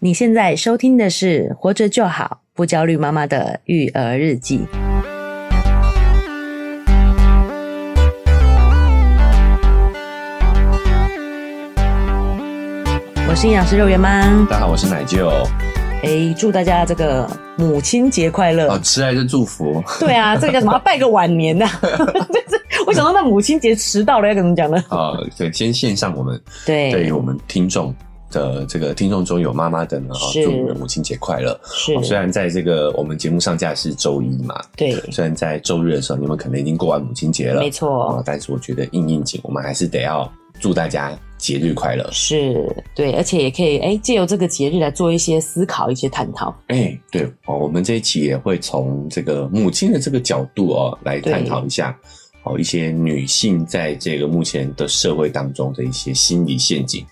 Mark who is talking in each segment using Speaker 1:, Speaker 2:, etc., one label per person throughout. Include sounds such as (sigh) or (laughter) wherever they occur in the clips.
Speaker 1: 你现在收听的是《活着就好，不焦虑妈妈的育儿日记》。我是营养师肉圆妈，
Speaker 2: 大家好，我是奶
Speaker 1: (laughs)
Speaker 2: 舅。哦
Speaker 1: 哎，祝大家这个母亲节快乐！
Speaker 2: 哦，迟来的祝福，
Speaker 1: 对啊，这个叫什么？拜个晚年
Speaker 2: (laughs)
Speaker 1: 呐、就是我想到那母亲节迟到了要怎么讲呢？
Speaker 2: 啊，对，先献上我们
Speaker 1: 哎
Speaker 2: 对于我们听众的这个听众中有妈妈的呢，啊
Speaker 1: 是
Speaker 2: 祝你们母亲节快乐。
Speaker 1: 是
Speaker 2: 哦虽然在这个我们节目上架是啊周一嘛，
Speaker 1: 对，
Speaker 2: 虽然在周日的时候你们可能已经过完母亲节了，
Speaker 1: 没错
Speaker 2: 啊，但是我觉得应应景，我们还是得要祝大家节日快
Speaker 1: 哎
Speaker 2: 乐。
Speaker 1: 是对，而且也可以哎，借由这个节日来做一些思考、一些探讨。
Speaker 2: 哎、对哦，我们这一期也会从这个母亲的这个角度哦来探讨一下哦一些女性在这个目前的社会当中的一些心理陷阱。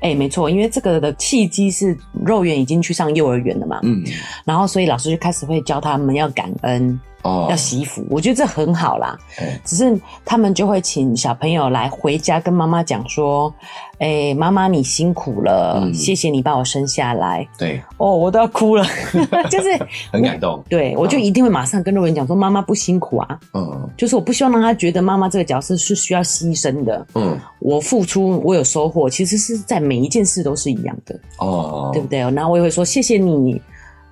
Speaker 1: 哎，没错，因为这个的契机是肉圆已经去上幼儿园了嘛，
Speaker 2: 嗯，
Speaker 1: 然后所以老师就开始会教他们要感恩、
Speaker 2: 哦
Speaker 1: 要，惜福，我觉得这很好啦。
Speaker 2: 哎
Speaker 1: 只是他们就会请小朋友来回家跟妈妈讲说：“哎，妈妈你辛苦了，
Speaker 2: 嗯
Speaker 1: 谢谢你把我生下来。
Speaker 2: 对，”
Speaker 1: 哦，我都要哭了， (laughs) 嗯就是
Speaker 2: 很感动。
Speaker 1: 对我就一定会马上跟肉圆讲说：“妈妈不辛苦啊，
Speaker 2: 嗯
Speaker 1: 就是我不希望让他觉得妈妈这个角色是需要牺牲的。”
Speaker 2: 嗯，
Speaker 1: 我付出，我有收获，其实是在每一件事都是一样的，
Speaker 2: 哦，
Speaker 1: 对不对？然后我也会说谢谢你，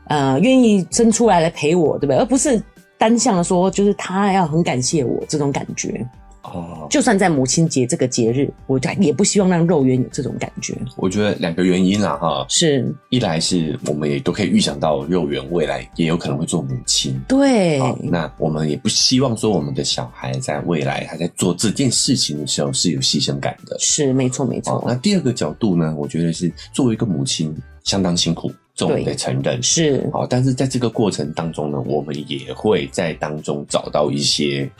Speaker 1: 呃，愿意生出来来陪我，对不对？而不是单向的说，就是他要很感谢我这种感觉。
Speaker 2: 哦，
Speaker 1: 就算在母亲节这个节日，我就也不希望让肉圆有这种感觉。
Speaker 2: 我觉得两个原因啦哈，
Speaker 1: 是
Speaker 2: 一来是我们也都可以预想到肉圆未来也有可能会做母亲。
Speaker 1: 对，
Speaker 2: 哦，那我们也不希望说我们的小孩在未来他在做这件事情的时候是有牺牲感的。
Speaker 1: 是没错没
Speaker 2: 哦，
Speaker 1: 错，
Speaker 2: 那第二个角度呢，我觉得是作为一个母亲，相当辛苦，这我们
Speaker 1: 对
Speaker 2: 得承认。
Speaker 1: 是
Speaker 2: 好，但是在这个过程当中呢，我们也会在当中找到一些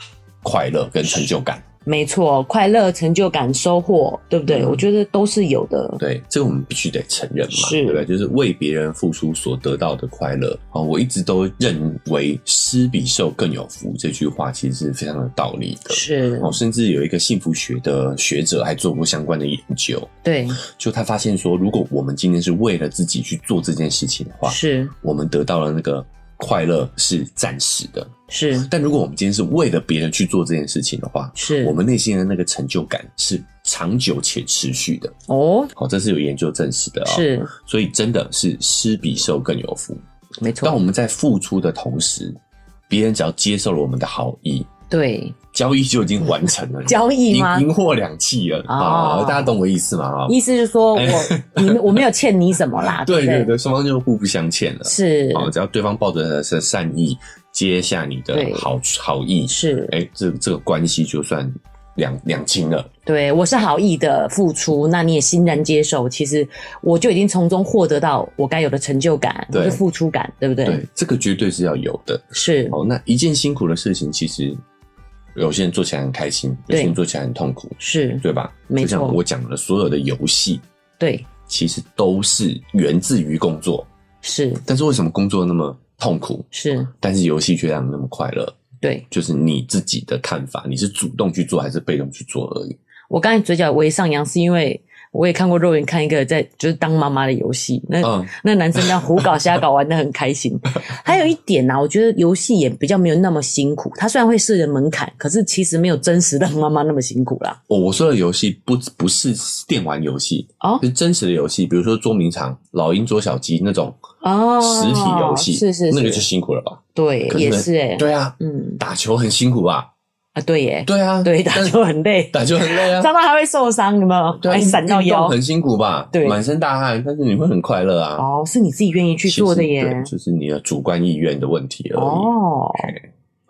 Speaker 2: 快乐跟成就感。
Speaker 1: 没错，快乐、成就感、收获，对不对？
Speaker 2: 嗯
Speaker 1: 我觉得都是有的。
Speaker 2: 对，这个我们必须得承认嘛，
Speaker 1: 是
Speaker 2: 对不对？就是为别人付出所得到的快乐。哦，我一直都认为“施比受更有福”这句话其实是非常有道理的。
Speaker 1: 是，
Speaker 2: 哦，甚至有一个幸福学的学者还做过相关的研究，
Speaker 1: 对，
Speaker 2: 就他发现说，如果我们今天是为了自己去做这件事情的话，
Speaker 1: 是
Speaker 2: 我们得到了那个快乐是暂时的。
Speaker 1: 是
Speaker 2: 但如果我们今天是为了别人去做这件事情的话，
Speaker 1: 是，
Speaker 2: 我们内心的那个成就感是长久且持续的。
Speaker 1: 哦，
Speaker 2: 好、这是有研究证实的啊、
Speaker 1: 是
Speaker 2: 所以真的是施比受更有福。
Speaker 1: 没
Speaker 2: 当我
Speaker 1: 错，
Speaker 2: 们在付出的同时，别人只要接受了我们的好意，
Speaker 1: 对，
Speaker 2: 交易就已经完成
Speaker 1: (laughs)
Speaker 2: 了，
Speaker 1: 交易
Speaker 2: 赢
Speaker 1: 吗？
Speaker 2: 赢货两讫了啊、
Speaker 1: 哦
Speaker 2: 大家懂我意思吗？啊，
Speaker 1: 意思是说我你我没有欠你什么
Speaker 2: (laughs)
Speaker 1: 啦，
Speaker 2: 对
Speaker 1: 不
Speaker 2: 对对，双方就互不相欠了。
Speaker 1: 是
Speaker 2: 啊，只要对方抱着是善意接下你的
Speaker 1: 对
Speaker 2: 好好意，
Speaker 1: 是，
Speaker 2: 哎、这这个关系就算两两清了。
Speaker 1: 对我是好意的付出，那你也欣然接受，其实我就已经从中获得到我该有的成就感，
Speaker 2: 对
Speaker 1: 就是付出感，对不对？
Speaker 2: 对，这个绝对是要有的。
Speaker 1: 是
Speaker 2: 哦，那一件辛苦的事情，其实有些人做起来很开心，有些
Speaker 1: 对
Speaker 2: 人做起来很痛苦，
Speaker 1: 是，
Speaker 2: 对吧？
Speaker 1: 没
Speaker 2: 就像
Speaker 1: 错
Speaker 2: 我讲的，所有的游戏
Speaker 1: 对
Speaker 2: 其实都是源自于工作，
Speaker 1: 是
Speaker 2: 但是为什么工作那么痛苦，
Speaker 1: 是，
Speaker 2: 但是游戏却让你那么快乐？
Speaker 1: 对
Speaker 2: 就是你自己的看法，你是主动去做还是被动去做而已。
Speaker 1: 我刚才嘴角微上扬是因为。我也看过肉眼看一个在就是当妈妈的游戏，那、
Speaker 2: 嗯，
Speaker 1: 那男生这样胡搞瞎搞玩的很开心。还有一点呐、我觉得游戏也比较没有那么辛苦。它虽然会设人门槛，可是其实没有真实的妈妈那么辛苦啦。
Speaker 2: 我我说的游戏不不是电玩游戏，
Speaker 1: 哦
Speaker 2: 是真实的游戏，比如说捉迷藏、老鹰捉小鸡那种
Speaker 1: 哦，
Speaker 2: 实体游戏，
Speaker 1: 是是是，
Speaker 2: 那个就辛苦了吧？
Speaker 1: 对，
Speaker 2: 可是
Speaker 1: 也是哎、
Speaker 2: 对啊，
Speaker 1: 嗯
Speaker 2: 打球很辛苦吧？
Speaker 1: 啊，对耶，
Speaker 2: 对啊，
Speaker 1: 对，打
Speaker 2: 但
Speaker 1: 球 (laughs) 很累，
Speaker 2: 打球很累
Speaker 1: (laughs)
Speaker 2: 啊，
Speaker 1: 常常还会受伤，有没有？
Speaker 2: 对啊，
Speaker 1: 还闪到
Speaker 2: 运动
Speaker 1: 腰。
Speaker 2: 很辛苦吧？
Speaker 1: 对
Speaker 2: 满身大汗，但是你会很快乐啊。
Speaker 1: 哦，是你自己愿意去做的
Speaker 2: 其实
Speaker 1: 耶
Speaker 2: 对。就是你的主观意愿的问题而已。
Speaker 1: 哦，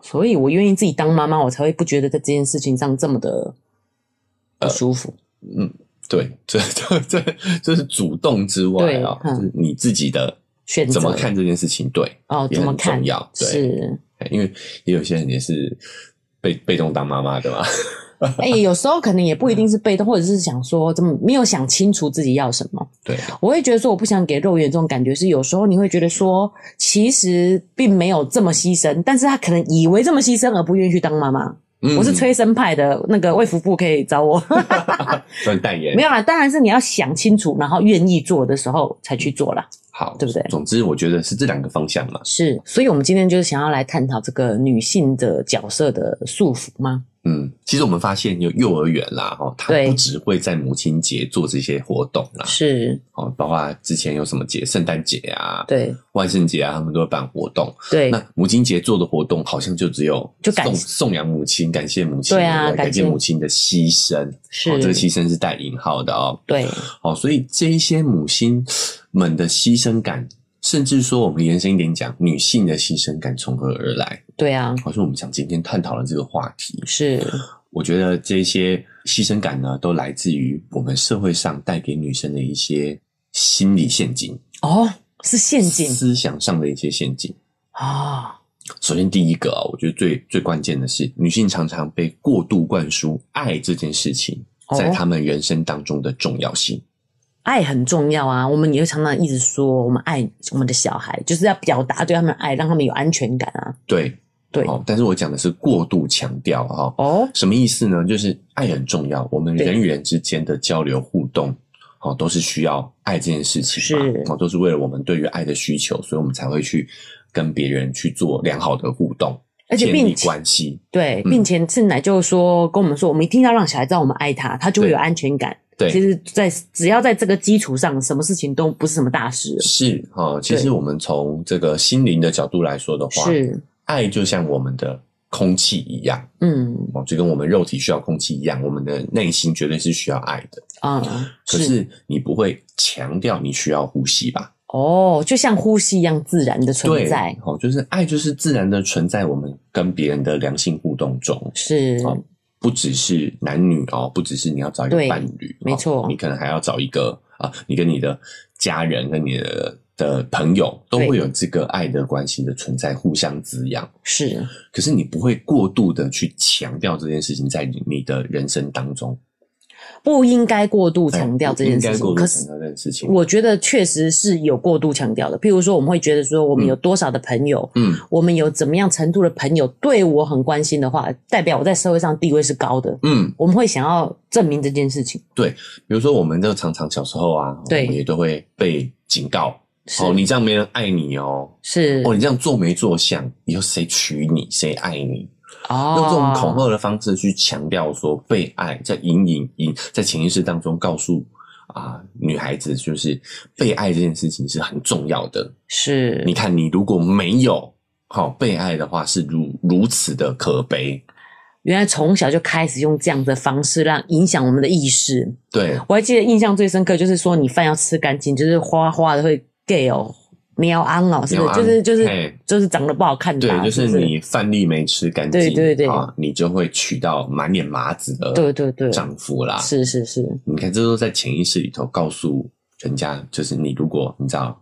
Speaker 1: 所以我愿意自己当妈妈，我才会不觉得在这件事情上这么的
Speaker 2: 呃
Speaker 1: 不舒服。
Speaker 2: 对， (laughs) 这这这这是主动之外啊，
Speaker 1: 对嗯
Speaker 2: 就是你自己的
Speaker 1: 选择
Speaker 2: 怎么看这件事情，对，
Speaker 1: 哦，
Speaker 2: 也
Speaker 1: 怎么
Speaker 2: 很
Speaker 1: 看
Speaker 2: 重？要，对。哎
Speaker 1: 是，
Speaker 2: 因为也有些人也是被被动当妈妈的嘛。 (laughs)
Speaker 1: 哎、有时候可能也不一定是被动，或者是想说怎么没有想清楚自己要什么。
Speaker 2: 对，
Speaker 1: 我会觉得说，我不想给肉圆这种感觉是，有时候你会觉得说，其实并没有这么牺牲，但是他可能以为这么牺牲而不愿意去当妈妈。
Speaker 2: 嗯
Speaker 1: 我是催生派的，那个卫福部可以找
Speaker 2: (laughs)
Speaker 1: 我。
Speaker 2: 算代言
Speaker 1: 没，有啦，当然是你要想清楚，然后愿意做的时候才去做啦。
Speaker 2: 好，
Speaker 1: 对不对
Speaker 2: 总之，我觉得是这两个方向嘛。
Speaker 1: 是，所以我们今天就是想要来探讨这个女性的角色的束缚吗？
Speaker 2: 嗯，其实我们发现有幼儿园啦，哦，它
Speaker 1: 对
Speaker 2: 不只会在母亲节做这些活动啦，
Speaker 1: 是，
Speaker 2: 哦，包括之前有什么节，圣诞节啊，，
Speaker 1: 对
Speaker 2: 万圣节啊，他们都会办活动。
Speaker 1: 对
Speaker 2: 那母亲节做的活动好像就只有
Speaker 1: 就感
Speaker 2: 送颂扬母亲，感谢母亲，
Speaker 1: 对啊
Speaker 2: 不感
Speaker 1: 感谢
Speaker 2: 母亲的牺牲，
Speaker 1: 是
Speaker 2: 哦，这个牺牲是带引号的哦，
Speaker 1: 对，
Speaker 2: 哦，所以这一些母亲们的牺牲感，甚至说我们延伸一点讲，女性的牺牲感从何而来？
Speaker 1: 对啊，
Speaker 2: 好像我们想今天探讨的这个话题，
Speaker 1: 是，
Speaker 2: 我觉得这些牺牲感呢，都来自于我们社会上带给女生的一些心理陷阱、
Speaker 1: 哦，是陷阱
Speaker 2: 思想上的一些陷阱。
Speaker 1: 啊、哦，
Speaker 2: 首先，第一个啊，我觉得最最关键的是，女性常常被过度灌输爱这件事情
Speaker 1: 哦
Speaker 2: 在她们人生当中的重要性。
Speaker 1: 爱很重要啊。我们也会常常一直说，我们爱我们的小孩，就是要表达对他们的爱，让他们有安全感啊。
Speaker 2: 对，
Speaker 1: 对，
Speaker 2: 哦，但是我讲的是过度强调哈、哦，
Speaker 1: 哦，
Speaker 2: 什么意思呢？就是爱很重要，我们
Speaker 1: 对
Speaker 2: 人与人之间的交流互动，哦，都是需要爱这件事情嘛，
Speaker 1: 是
Speaker 2: 哦，都是为了我们对于爱的需求，所以我们才会去跟别人去做良好的互动，
Speaker 1: 而且
Speaker 2: 建立
Speaker 1: 并且
Speaker 2: 关系。
Speaker 1: 对，
Speaker 2: 嗯
Speaker 1: 并且是奶就说跟我们说，我们一定要让小孩知道我们爱他，他就会
Speaker 2: 对
Speaker 1: 有安全感。其
Speaker 2: 对，
Speaker 1: 实在，只要在这个基础上，什么事情都不是什么大事了。
Speaker 2: 是哦。其实
Speaker 1: 对
Speaker 2: 我们从这个心灵的角度来说的话，
Speaker 1: 是，
Speaker 2: 爱就像我们的空气一样，
Speaker 1: 嗯
Speaker 2: 哦，就跟我们肉体需要空气一样，我们的内心绝对是需要爱的。
Speaker 1: 啊、
Speaker 2: 可是你不会强调你需要呼吸吧？
Speaker 1: 哦，就像呼吸一样自然的存
Speaker 2: 对，
Speaker 1: 在，
Speaker 2: 哦，就是爱就是自然的存在我们跟别人的良性互动中，
Speaker 1: 是
Speaker 2: 哦，不只是男女哦，不只是你要找一个
Speaker 1: 对
Speaker 2: 伴侣，
Speaker 1: 没错
Speaker 2: 哦你可能还要找一个啊，你跟你的家人跟你的的朋友都
Speaker 1: 对
Speaker 2: 会有这个爱的关系的存在，互相滋养。
Speaker 1: 是
Speaker 2: 可是你不会过度的去强调这件事情在你你的人生当中，
Speaker 1: 不应该过度
Speaker 2: 哎
Speaker 1: 强调这
Speaker 2: 你
Speaker 1: 件事
Speaker 2: 应该
Speaker 1: 情。
Speaker 2: 过度
Speaker 1: 可
Speaker 2: 强
Speaker 1: 是
Speaker 2: 调这件事情。
Speaker 1: 我觉得确实是有过度强调的，譬如说我们会觉得说我们有多少的朋友，
Speaker 2: 嗯，
Speaker 1: 我们有怎么样程度的朋友对我很关心的话，代表我在社会上地位是高的。
Speaker 2: 嗯，
Speaker 1: 我们会想要证明这件事情，
Speaker 2: 比如说我们这个常常小时候啊，
Speaker 1: 对
Speaker 2: 我们也都会被警告，
Speaker 1: 是、
Speaker 2: 哦，你这样没人爱你哦，
Speaker 1: 是
Speaker 2: 哦，你这样做没做相，以后谁娶你，谁爱你，
Speaker 1: 哦啊
Speaker 2: 用这种恐吓的方式去强调说被爱，在隐隐隐在潜意识当中告诉啊、女孩子就是被爱这件事情是很重要的。
Speaker 1: 是
Speaker 2: 你看，你如果没有好、被爱的话，是如如此的可悲。
Speaker 1: 原来从小就开始用这样的方式让影响我们的意识。
Speaker 2: 对
Speaker 1: 我还记得印象最深刻就是说，你饭要吃干净，就是花花的会 gay 哦，喵安哦，是不
Speaker 2: 喵
Speaker 1: 是？
Speaker 2: 安
Speaker 1: 就是就是
Speaker 2: 嘿
Speaker 1: 就是长得不好看的
Speaker 2: 对
Speaker 1: 啊、，
Speaker 2: 就是是
Speaker 1: 不是
Speaker 2: 你饭粒没吃干净，
Speaker 1: 对对对
Speaker 2: 啊，你就会娶到满脸麻子
Speaker 1: 对
Speaker 2: 的
Speaker 1: 对对，
Speaker 2: 丈夫啦。
Speaker 1: 是是是，
Speaker 2: 你看，这都在潜意识里头告诉人家，就是你如果你知道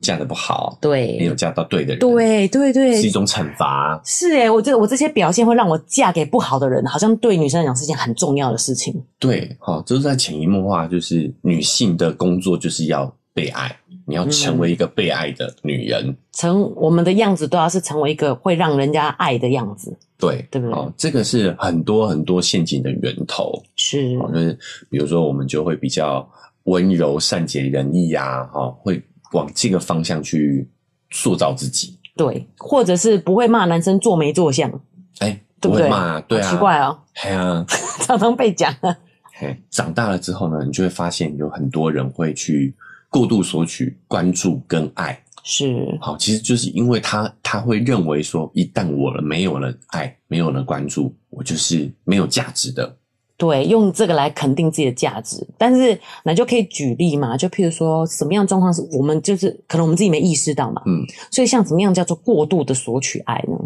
Speaker 2: 嫁的不好，没有
Speaker 1: 对
Speaker 2: 嫁到对的人，，
Speaker 1: 对对
Speaker 2: 是一
Speaker 1: 对，
Speaker 2: 种惩罚。啊
Speaker 1: 是诶、我这我这些表现会让我嫁给不好的人，好像对女生来讲是一件很重要的事情。
Speaker 2: 对，好、这都在潜移默化，就是女性的工作就是要被爱，你要成为一个被爱的女人。
Speaker 1: 成我们的样子都要是成为一个会让人家爱的样子，
Speaker 2: 对，
Speaker 1: 对不对
Speaker 2: 哦，这个是很多很多陷阱的源头。
Speaker 1: 是
Speaker 2: 哦，就是比如说我们就会比较温柔、善解人意啊，哈、哦，会往这个方向去塑造自己。
Speaker 1: 对，或者是不会骂男生做没做相，
Speaker 2: 哎，
Speaker 1: 对不
Speaker 2: 会
Speaker 1: 对
Speaker 2: 骂，对啊，
Speaker 1: 好奇怪哦，
Speaker 2: 哎呀，
Speaker 1: 常常被讲。啊
Speaker 2: 嘿，长大了之后呢，你就会发现有很多人会去过度索取关注跟爱。
Speaker 1: 是
Speaker 2: 好，其实就是因为他他会认为说，一旦我了没有了爱，没有了关注，我就是没有价值的。
Speaker 1: 对，用这个来肯定自己的价值。但是，那就可以举例嘛？就譬如说，什么样的状况是我们就是可能我们自己没意识到嘛？
Speaker 2: 嗯，
Speaker 1: 所以像怎么样叫做过度的索取爱呢？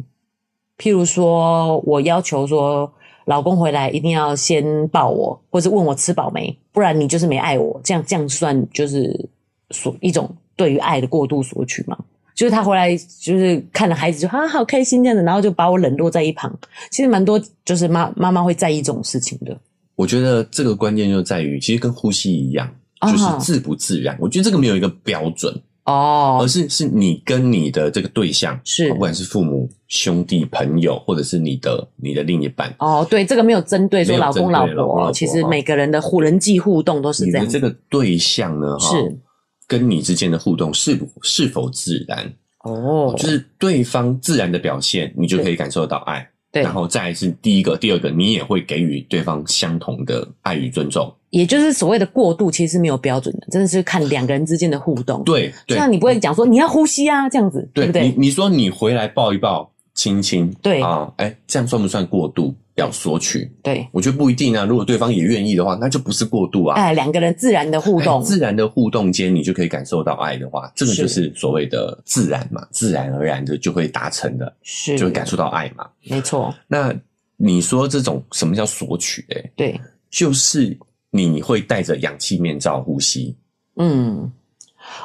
Speaker 1: 譬如说我要求说，老公回来一定要先抱我，或者问我吃饱没，不然你就是没爱我。这样这样算就是索一种对于爱的过度索取嘛？就是他回来就是看了孩子就啊好开心这样子，然后就把我冷落在一旁。其实蛮多就是妈妈妈会在意这种事情的。
Speaker 2: 我觉得这个关键就在于，其实跟呼吸一样，
Speaker 1: 啊
Speaker 2: 就是
Speaker 1: 哈
Speaker 2: 自不自然。我觉得这个没有一个标准，而
Speaker 1: 哦，
Speaker 2: 是是你跟你的这个对象，
Speaker 1: 是
Speaker 2: 不管是父母、兄弟、朋友，或者是你的你的另一半，
Speaker 1: 哦，对，这个没有针对说
Speaker 2: 呃没有
Speaker 1: 老
Speaker 2: 针
Speaker 1: 公
Speaker 2: 对
Speaker 1: 老
Speaker 2: 老公老
Speaker 1: 婆，
Speaker 2: 婆
Speaker 1: 其实
Speaker 2: 哦
Speaker 1: 每个人的互人际互动都是
Speaker 2: 你
Speaker 1: 这
Speaker 2: 的
Speaker 1: 样。
Speaker 2: 这个对象呢，哈
Speaker 1: 是
Speaker 2: 跟你之间的互动是否是否自然，
Speaker 1: 哦，
Speaker 2: 就是对方自然的表现，你就可以感受到爱。
Speaker 1: 对，
Speaker 2: 然后再来是第一个、第二个，你也会给予对方相同的爱与尊重。
Speaker 1: 也就是所谓的过度，其实是没有标准的，真的是看两个人之间的互动。
Speaker 2: 对，对嗯
Speaker 1: 像你不会讲说你要呼吸啊这样子，对
Speaker 2: 对
Speaker 1: 不对？
Speaker 2: 你你说你回来抱一抱、亲亲，
Speaker 1: 对
Speaker 2: 啊，哎，这样算不算过度？要索取，
Speaker 1: 对，
Speaker 2: 我觉得不一定啊。如果对方也愿意的话，那就不是过度啊。
Speaker 1: 哎，两个人自然的互
Speaker 2: 哎
Speaker 1: 动，
Speaker 2: 自然的互动间，你就可以感受到爱的话，这个就是是所谓的自然嘛，自然而然的就会达成的，
Speaker 1: 是
Speaker 2: 就会感受到爱嘛。
Speaker 1: 没错，
Speaker 2: 那你说这种什么叫索取、欸？
Speaker 1: 对，
Speaker 2: 就是你会戴着氧气面罩呼吸，
Speaker 1: 嗯，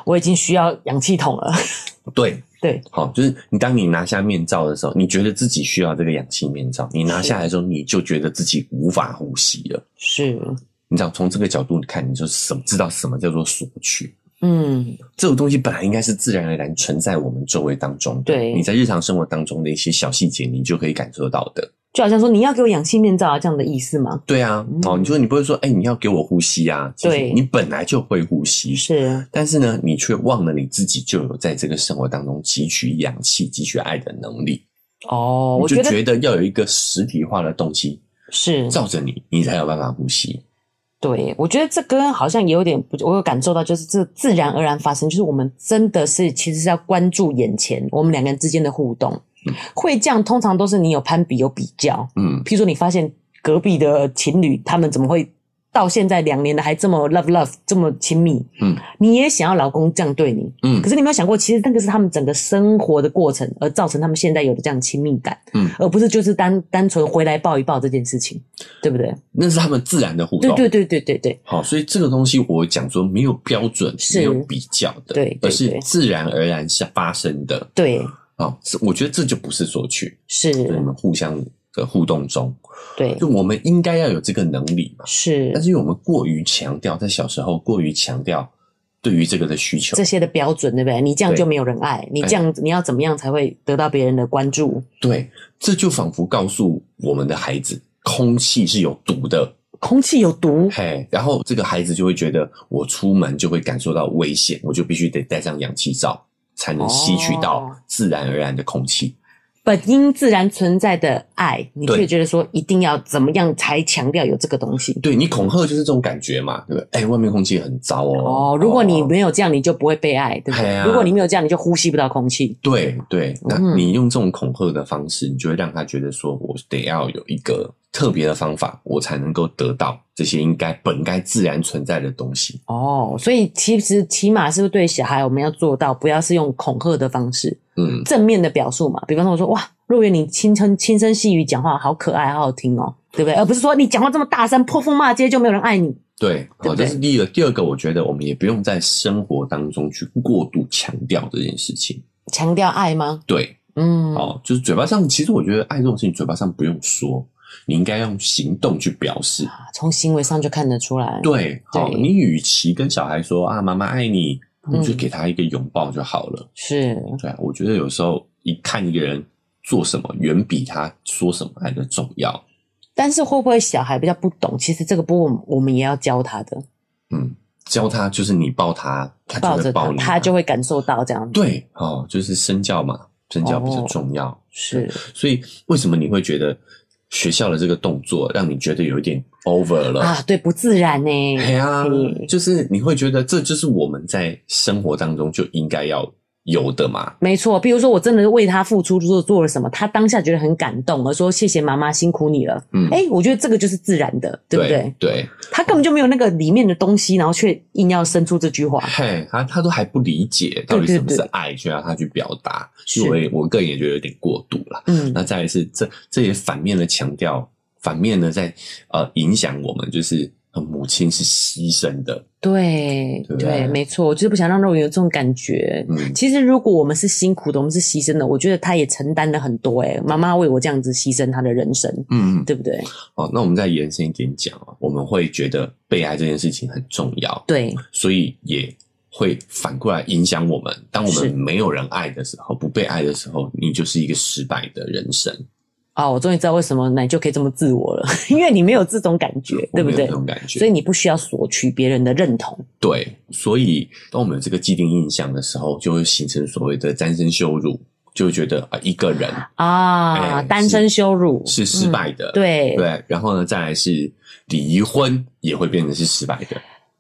Speaker 1: 我已经需要氧气筒了， (laughs)
Speaker 2: 对。
Speaker 1: 对，
Speaker 2: 好，就是你当你拿下面罩的时候，你觉得自己需要这个氧气面罩，你拿下来的时候，你就觉得自己无法呼吸了。
Speaker 1: 是，
Speaker 2: 你知道，从这个角度看，你就什么知道什么叫做索取。
Speaker 1: 嗯，
Speaker 2: 这种东西本来应该是自然而然存在我们周围当中的，
Speaker 1: 对
Speaker 2: 你在日常生活当中的一些小细节，你就可以感受到的。
Speaker 1: 就好像说你要给我氧气面罩啊这样的意思吗？
Speaker 2: 对啊，
Speaker 1: 嗯
Speaker 2: 哦，你说你不会说，哎、你要给我呼吸啊？其实
Speaker 1: 对
Speaker 2: 你本来就会呼吸，
Speaker 1: 是，
Speaker 2: 但是呢，你却忘了你自己就有在这个生活当中汲取氧气、汲取爱的能力。
Speaker 1: 哦，我
Speaker 2: 你
Speaker 1: 觉
Speaker 2: 就
Speaker 1: 得
Speaker 2: 觉得要有一个实体化的东西
Speaker 1: 是，
Speaker 2: 罩着你，你才有办法呼吸。
Speaker 1: 对，我觉得这跟好像也有点不，我有感受到，就是这自然而然发生，就是我们真的是其实是要关注眼前我们两个人之间的互动，会这样通常都是你有攀比有比较，
Speaker 2: 嗯，
Speaker 1: 譬如说你发现隔壁的情侣他们怎么会到现在两年了还这么 love love 这么亲密，
Speaker 2: 嗯，
Speaker 1: 你也想要老公这样对你，
Speaker 2: 嗯
Speaker 1: 可是你有没有想过，其实那个是他们整个生活的过程而造成他们现在有的这样亲密感，
Speaker 2: 嗯，
Speaker 1: 而不是就是单单纯回来抱一抱这件事情，对不对？
Speaker 2: 那是他们自然的互
Speaker 1: 对
Speaker 2: 动。
Speaker 1: 对对对对对。
Speaker 2: 好，所以这个东西我讲说没有标准，
Speaker 1: 是
Speaker 2: 没有比较的，
Speaker 1: 对对
Speaker 2: 而是
Speaker 1: 对
Speaker 2: 自然而然是发生的。
Speaker 1: 对，
Speaker 2: 好，是我觉得这就不是索取，
Speaker 1: 是，
Speaker 2: 就是我们互相的互动中，
Speaker 1: 对，
Speaker 2: 就我们应该要有这个能力嘛。
Speaker 1: 是
Speaker 2: 但是因为我们过于强调，在小时候过于强调对于这个的需求
Speaker 1: 这，些的标准，对不对？你哎这样
Speaker 2: 对
Speaker 1: 就没有人爱，你这样子你要怎么样才会得到别人的关注？
Speaker 2: 对，这就仿佛告诉我们的孩子，空气是有毒的，
Speaker 1: 空气有毒，
Speaker 2: 嘿，然后这个孩子就会觉得，我出门就会感受到危险，我就必须得戴上氧气罩，才能吸取到
Speaker 1: 哦
Speaker 2: 自然而然的空气。
Speaker 1: 本应自然存在的爱，你
Speaker 2: 对
Speaker 1: 却觉得说一定要怎么样才强调有这个东西。
Speaker 2: 对你恐吓就是这种感觉嘛，对不对？哎、外面空气很糟哦。
Speaker 1: 哦，如果你没有这样，你就不会被爱，对不
Speaker 2: 哎
Speaker 1: 对？
Speaker 2: 呀
Speaker 1: 如果你没有这样，你就呼吸不到空气。
Speaker 2: 对对，那
Speaker 1: 嗯
Speaker 2: 你用这种恐吓的方式，你就会让他觉得说，我得要有一个特别的方法，我才能够得到这些应该本该自然存在的东西。
Speaker 1: 哦，所以其实起码是不是对小孩，我们要做到不要是用恐吓的方式，
Speaker 2: 嗯，
Speaker 1: 正面的表述嘛，比方说我说哇，若元你轻声轻声细语讲话好可爱，好好听哦，对不对？而不是说你讲话这么大声，泼妇骂街就没有人爱你。
Speaker 2: 对，
Speaker 1: 对
Speaker 2: 好，
Speaker 1: 不
Speaker 2: 这
Speaker 1: 对
Speaker 2: 是第一个。第二个，我觉得我们也不用在生活当中去过度强调这件事情。
Speaker 1: 强调爱吗？
Speaker 2: 对，
Speaker 1: 嗯，
Speaker 2: 哦，就是嘴巴上，其实我觉得爱这种事情，嘴巴上不用说，你应该用行动去表示。
Speaker 1: 从行为上就看得出来。，
Speaker 2: 对，好，
Speaker 1: 对
Speaker 2: 你与其跟小孩说啊，妈妈爱你，
Speaker 1: 嗯
Speaker 2: 你就给他一个拥抱就好了。
Speaker 1: 是
Speaker 2: 对，啊我觉得有时候一看一个人做什么，远比他说什么来的重要。
Speaker 1: 但是会不会小孩比较不懂？其实这个部分我们也要教他的，
Speaker 2: 嗯，教他就是你抱他，他
Speaker 1: 抱啊
Speaker 2: 就
Speaker 1: 着
Speaker 2: 会
Speaker 1: 他
Speaker 2: 抱，你，啊
Speaker 1: 他就会感受到这样。，
Speaker 2: 对，哦，就是身教嘛，身教比较
Speaker 1: 哦
Speaker 2: 重要。
Speaker 1: 是
Speaker 2: 所以为什么你会觉得学校的这个动作让你觉得有一点 over 了？
Speaker 1: 啊，对，不自然呢、
Speaker 2: 哎呀
Speaker 1: 嗯，
Speaker 2: (laughs) 就是你会觉得这就是我们在生活当中就应该要有的嘛？
Speaker 1: 没错，比如说我真的为他付出做做了什么，他当下觉得很感动，而说谢谢妈妈辛苦你了。
Speaker 2: 嗯，
Speaker 1: 哎、我觉得这个就是自然的，对不对？
Speaker 2: 对对，
Speaker 1: 他根本就没有那个里面的东西，然后却硬要生出这句话。
Speaker 2: 嘿，他他都还不理解到
Speaker 1: 对
Speaker 2: 底
Speaker 1: 对
Speaker 2: 什么是
Speaker 1: 对
Speaker 2: 爱，却让他去表达，
Speaker 1: 是
Speaker 2: 所以我也我个人也觉得有点过度了。
Speaker 1: 嗯，
Speaker 2: 那再来是这这也反面的强调，反面的在呃影响我们，就是呃母亲是牺牲的，
Speaker 1: 对
Speaker 2: 对不对
Speaker 1: 对，没错，我就是不想让肉圆有这种感觉。
Speaker 2: 嗯，
Speaker 1: 其实，如果我们是辛苦的，我们是牺牲的，我觉得他也承担了很多、欸。妈妈为我这样子牺牲她的人生，
Speaker 2: 嗯嗯，
Speaker 1: 对不对？
Speaker 2: 哦，那我们再延伸一点讲啊，我们会觉得被爱这件事情很重要，
Speaker 1: 对，
Speaker 2: 所以也会反过来影响我们。当我
Speaker 1: 是
Speaker 2: 们没有人爱的时候，不被爱的时候，你就是一个失败的人生。
Speaker 1: 啊，我终于知道为什么奶就可以这么自我了， (laughs) 因为你没有这种感觉，对不对？
Speaker 2: 这种感觉，
Speaker 1: 所以你不需要索取别人的认同。
Speaker 2: 对，所以当我们有这个既定印象的时候，就会形成所谓的单身羞辱，就会觉得啊、一个人
Speaker 1: 啊，
Speaker 2: 哎
Speaker 1: 单身羞辱嗯
Speaker 2: 是失败的，
Speaker 1: 对
Speaker 2: 对。然后呢，再来是离婚也会变成是失败的，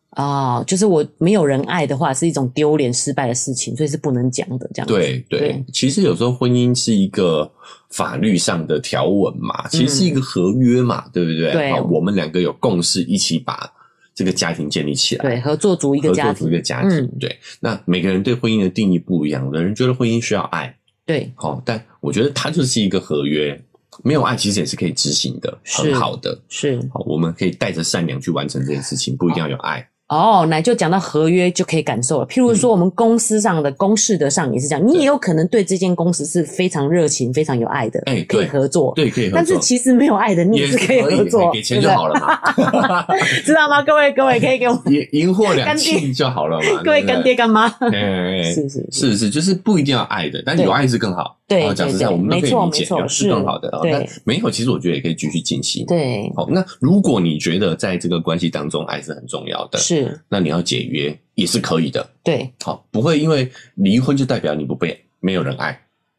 Speaker 1: 啊、就是我没有人爱的话，是一种丢脸失败的事情，所以是不能讲的。这样子
Speaker 2: 对对。其实有时候婚姻是一个法律上的条文嘛，其实是一个合约嘛，对不对？
Speaker 1: 嗯对
Speaker 2: 啊我们两个有共识，一起把这个家庭建立起来。
Speaker 1: 对，合作组一个
Speaker 2: 合
Speaker 1: 家
Speaker 2: 作组一
Speaker 1: 庭，
Speaker 2: 个家庭，
Speaker 1: 嗯
Speaker 2: 对。那每个人对婚姻的定义不一样，有的人觉得婚姻需要爱，
Speaker 1: 对
Speaker 2: 好、但我觉得它就是一个合约，没有爱其实也是可以执行的，
Speaker 1: 是
Speaker 2: 很好的。
Speaker 1: 是
Speaker 2: 好，我们可以带着善良去完成这件事情，不一定要有爱。
Speaker 1: 哦，奶就讲到合约就可以感受了。譬如说，我们公司上的、公事的上也是这样，你
Speaker 2: 嗯对
Speaker 1: 也有可能对这间公司是非常热情、非常有爱的，
Speaker 2: 哎
Speaker 1: 可以
Speaker 2: 对
Speaker 1: 合作。
Speaker 2: 对，可以合作。
Speaker 1: 但是其实没有爱的，你
Speaker 2: 也哎
Speaker 1: 是可以合作，
Speaker 2: 给钱就好
Speaker 1: 了，
Speaker 2: 了
Speaker 1: (laughs)
Speaker 2: 嘛， (laughs)
Speaker 1: 知道吗？各位，各位可以给我们
Speaker 2: 也赢货两
Speaker 1: 干爹
Speaker 2: 清就好
Speaker 1: (laughs)
Speaker 2: 了嘛。
Speaker 1: 各位干爹干妈，
Speaker 2: 对不对，哎哎哎
Speaker 1: 是是是
Speaker 2: 是是，就是不一定要爱的，但
Speaker 1: 对
Speaker 2: 有爱是更好。
Speaker 1: 对
Speaker 2: 哦讲实
Speaker 1: 对
Speaker 2: 在，
Speaker 1: 对
Speaker 2: 我们都可
Speaker 1: 没
Speaker 2: 以
Speaker 1: 错
Speaker 2: 理解
Speaker 1: 没，错
Speaker 2: 有是
Speaker 1: 是
Speaker 2: 更好的。哦
Speaker 1: 对
Speaker 2: 但没有，其实我觉得也可以继续进行。
Speaker 1: 对，
Speaker 2: 好，那如果你觉得在这个关系当中爱是很重要的，
Speaker 1: 是，
Speaker 2: 那你要解约也是可以的。
Speaker 1: 对，
Speaker 2: 好，不会因为离婚就代表你不被没有人爱。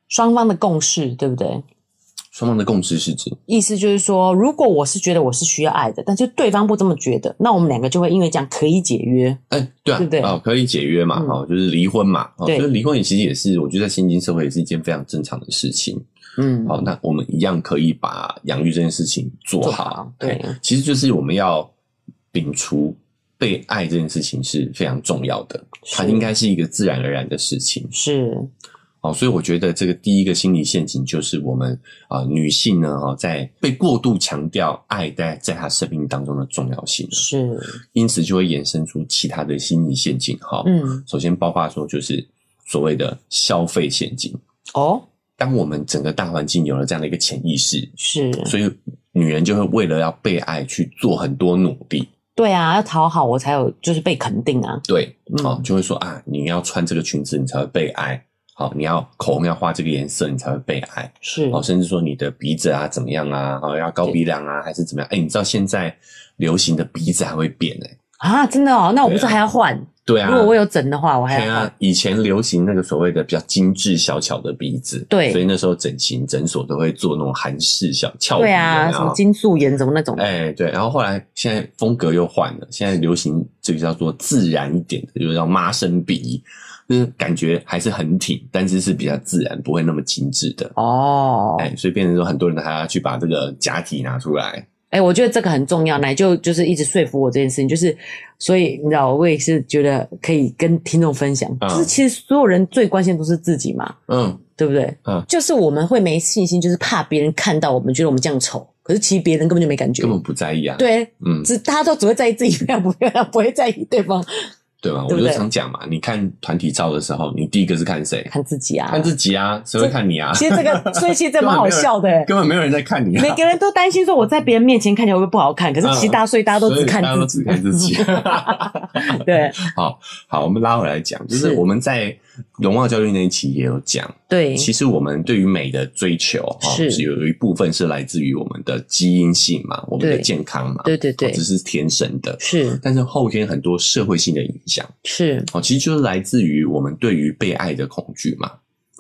Speaker 1: 双方的共识，对不对？
Speaker 2: 双方的共识是指，
Speaker 1: 意思就是说，如果我是觉得我是需要爱的，但是对方不这么觉得，那我们两个就会因为这样可以解约。
Speaker 2: 哎、对啊，
Speaker 1: 对不对
Speaker 2: 哦，可以解约嘛，
Speaker 1: 嗯
Speaker 2: 哦，就是离婚嘛，哦，
Speaker 1: 对
Speaker 2: 就是离婚也其实也是，我觉得在新兴社会也是一件非常正常的事情。
Speaker 1: 嗯，
Speaker 2: 好，那我们一样可以把养育这件事情做
Speaker 1: 做
Speaker 2: 好。
Speaker 1: 好对
Speaker 2: 哎，其实就是我们要摒除被爱这件事情是非常重要的，它
Speaker 1: 是
Speaker 2: 应该是一个自然而然的事情。
Speaker 1: 是，
Speaker 2: 哦，所以我觉得这个第一个心理陷阱就是我们啊、呃女性呢哦，在被过度强调爱在在她生命当中的重要性，
Speaker 1: 是，
Speaker 2: 因此就会衍生出其他的心理陷阱哈、
Speaker 1: 嗯，
Speaker 2: 首先包括说就是所谓的消费陷阱，
Speaker 1: 哦，
Speaker 2: 当我们整个大环境有了这样的一个潜意识，
Speaker 1: 是，
Speaker 2: 所以女人就会为了要被爱去做很多努力，
Speaker 1: 对啊，要讨好我才有，就是被肯定啊。
Speaker 2: 对，
Speaker 1: 嗯
Speaker 2: 哦，就会说啊，你要穿这个裙子你才会被爱，好、你要口红要画这个颜色你才会被爱。
Speaker 1: 是，
Speaker 2: 哦，甚至说你的鼻子啊怎么样啊，哦要高鼻梁啊还是怎么样？哎、你知道现在流行的鼻子还会变哎、
Speaker 1: 啊，真的哦，那我不是
Speaker 2: 对啊
Speaker 1: 还要换？
Speaker 2: 对啊，
Speaker 1: 如果我有整的话，我还
Speaker 2: 对
Speaker 1: 要换。
Speaker 2: 啊，以前流行那个所谓的比较精致小巧的鼻子，
Speaker 1: 对
Speaker 2: 所以那时候整形诊所都会做那种韩式小翘鼻
Speaker 1: 对啊，
Speaker 2: 有没有
Speaker 1: 什么金素妍怎么那种？
Speaker 2: 哎、对，然后后来现在风格又换了，现在流行这个叫做自然一点的，就是叫妈生鼻，就是感觉还是很挺，但是是比较自然，不会那么精致的。
Speaker 1: 哦，
Speaker 2: 哎、所以变成说很多人还要去把这个假体拿出来，
Speaker 1: 哎、我觉得这个很重要，奶就就是一直说服我这件事情，就是所以你知道，我也是觉得可以跟听众分享，
Speaker 2: 嗯
Speaker 1: 就是其实所有人最关心的都是自己嘛，
Speaker 2: 嗯，
Speaker 1: 对不对？
Speaker 2: 嗯
Speaker 1: 就是我们会没信心，就是怕别人看到我们觉得我们这样丑，可是其实别人根本就没感觉
Speaker 2: 根，本不在意啊。，
Speaker 1: 对，
Speaker 2: 嗯，
Speaker 1: 只大家都只会在意自己漂亮不漂亮，不会在意对方
Speaker 2: 对吧？
Speaker 1: 对不
Speaker 2: 我就
Speaker 1: 对
Speaker 2: 常讲嘛，你看团体照的时候，你第一个是看谁？
Speaker 1: 看自己啊。
Speaker 2: 看自己啊，谁会看你啊？
Speaker 1: 其实这个，所以其实这蛮好笑的、欸。
Speaker 2: (laughs) 根本没有人在看你啊。
Speaker 1: 每个人都担心说我在别人面前看起来会不会不好看，可是其实大家所以大家都
Speaker 2: 嗯所
Speaker 1: 只
Speaker 2: 以
Speaker 1: 看
Speaker 2: 大家都
Speaker 1: 自己。
Speaker 2: 只看自己。
Speaker 1: (laughs) 对
Speaker 2: (laughs) 好好，我们拉回来讲，就是
Speaker 1: 是
Speaker 2: 我们在容貌焦虑那一期也有讲，
Speaker 1: 对，
Speaker 2: 其实我们对于美的追求哈，
Speaker 1: 是
Speaker 2: 是有一部分是来自于我们的基因性嘛，我们的
Speaker 1: 对
Speaker 2: 健康嘛，
Speaker 1: 对对对
Speaker 2: 哦这是天生的。
Speaker 1: 是
Speaker 2: 但是后天很多社会性的影响，
Speaker 1: 是，
Speaker 2: 哦，其实就是来自于我们对于被爱的恐惧嘛。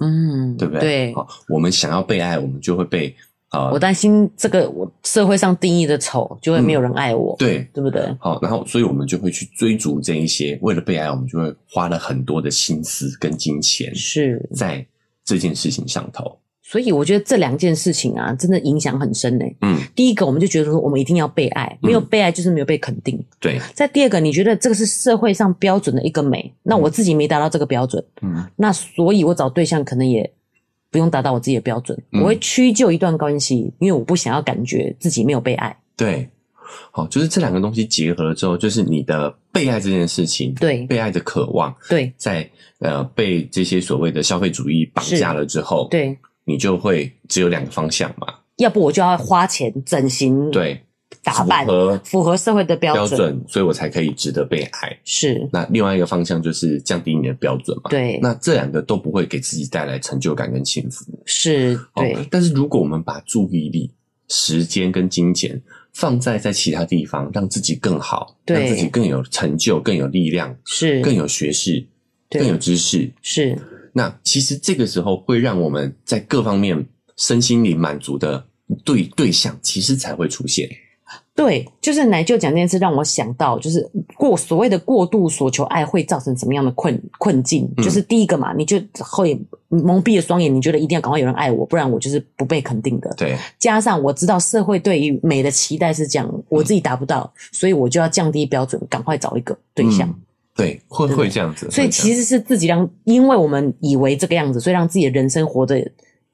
Speaker 1: 嗯，
Speaker 2: 对不对？
Speaker 1: 对，
Speaker 2: 好、我们想要被爱，我们就会被啊、
Speaker 1: 我担心这个我社会上定义的丑，就会没有人爱我，
Speaker 2: 对，
Speaker 1: 对不对？
Speaker 2: 好、然后所以我们就会去追逐这一些，为了被爱，我们就会花了很多的心思跟金钱
Speaker 1: 是，
Speaker 2: 在这件事情上头。
Speaker 1: 所以我觉得这两件事情啊，真的影响很深呢、欸
Speaker 2: 嗯，
Speaker 1: 第一个，我们就觉得说我们一定要被爱，没有
Speaker 2: 嗯
Speaker 1: 被爱就是没有被肯定。
Speaker 2: 对，
Speaker 1: 在第二个，你觉得这个是社会上标准的一个美，那我自己没达到这个标准，
Speaker 2: 嗯，
Speaker 1: 那所以我找对象可能也不用达到我自己的标准，
Speaker 2: 嗯
Speaker 1: 我会屈就一段关系，因为我不想要感觉自己没有被爱。
Speaker 2: 对，好、就是这两个东西结合了之后，就是你的被爱这件事情，
Speaker 1: 对
Speaker 2: 被爱的渴望，
Speaker 1: 对
Speaker 2: 在呃被这些所谓的消费主义绑
Speaker 1: 是
Speaker 2: 架了之后，，
Speaker 1: 对，
Speaker 2: 你就会只有两个方向嘛，
Speaker 1: 要不我就要花钱整形，
Speaker 2: 对，
Speaker 1: 嗯打扮
Speaker 2: 符合
Speaker 1: 符合社会的标
Speaker 2: 标
Speaker 1: 准，
Speaker 2: 准，所以我才可以值得被爱。
Speaker 1: 是
Speaker 2: 那另外一个方向就是降低你的标准嘛。
Speaker 1: 对，
Speaker 2: 那这两个都不会给自己带来成就感跟幸福。
Speaker 1: 是对、
Speaker 2: 哦，但是如果我们把注意力、时间跟金钱放在在其他地方，让自己更好，
Speaker 1: 对
Speaker 2: 让自己更有成就、更有力量、
Speaker 1: 是，
Speaker 2: 更有学识、
Speaker 1: 对
Speaker 2: 更有知识，
Speaker 1: 是
Speaker 2: 那其实这个时候会让我们在各方面身心灵满足的对对象，其实才会出现。
Speaker 1: 对，就是奶舅讲这件事，让我想到就是过所谓的过度索求爱会造成什么样的困困境？
Speaker 2: 嗯
Speaker 1: 就是第一个嘛，你就会蒙蔽了双眼，你觉得一定要赶快有人爱我，不然我就是不被肯定的。
Speaker 2: 对，
Speaker 1: 加上我知道社会对于美的期待是这样，我自己达不到，所以我就要降低标准，赶快找一个对象。
Speaker 2: 嗯对，会
Speaker 1: 对
Speaker 2: 会这样子。
Speaker 1: 所以
Speaker 2: 会这样
Speaker 1: 其实是自己让，因为我们以为这个样子，所以让自己的人生活得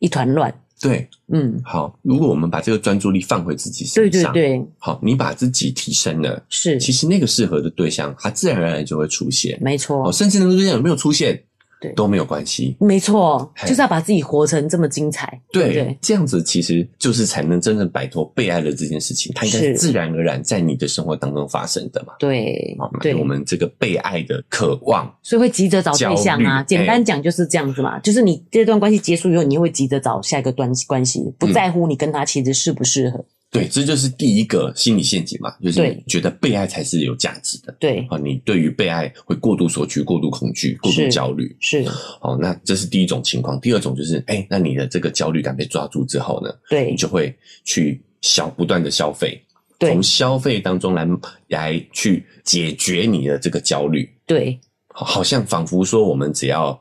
Speaker 1: 一团乱。
Speaker 2: 对，
Speaker 1: 嗯，
Speaker 2: 好，如果我们把这个专注力放回自己
Speaker 1: 对
Speaker 2: 身
Speaker 1: 对
Speaker 2: 上，
Speaker 1: 对，
Speaker 2: 好，你把自己提升了，
Speaker 1: 是
Speaker 2: 其实那个适合的对象，它自然而然就会出现。
Speaker 1: 没
Speaker 2: 哦，
Speaker 1: 错，
Speaker 2: 甚至那个对象有没有出现，
Speaker 1: 对
Speaker 2: 都没有关系。
Speaker 1: 没错，
Speaker 2: 嘿
Speaker 1: 就是要把自己活成这么精彩，对不对？
Speaker 2: 这样子其实就是才能真正摆脱被爱的这件事情，它应该
Speaker 1: 是
Speaker 2: 自然而然在你的生活当中发生的嘛。
Speaker 1: 对
Speaker 2: 好，那
Speaker 1: 对
Speaker 2: 我，们这个被爱的渴望，
Speaker 1: 所以会急着找对象啊。
Speaker 2: 焦虑哎
Speaker 1: 简单讲就是这样子嘛，就是你这段关系结束以后，你会急着找下一个关关系，不
Speaker 2: 嗯
Speaker 1: 在乎你跟他其实适不适合。
Speaker 2: 对，这就是第一个心理陷阱嘛，就是
Speaker 1: 对
Speaker 2: 你觉得被爱才是有价值的。
Speaker 1: 对，
Speaker 2: 啊，你对于被爱会过度索取、过度恐惧、过度
Speaker 1: 是
Speaker 2: 焦虑，
Speaker 1: 是，
Speaker 2: 好，那这是第一种情况。第二种就是，哎、那你的这个焦虑感被抓住之后呢，
Speaker 1: 对
Speaker 2: 你就会去消不断的消费，
Speaker 1: 对
Speaker 2: 从消费当中来来去解决你的这个焦虑，
Speaker 1: 对，
Speaker 2: 好好像仿佛说我们只要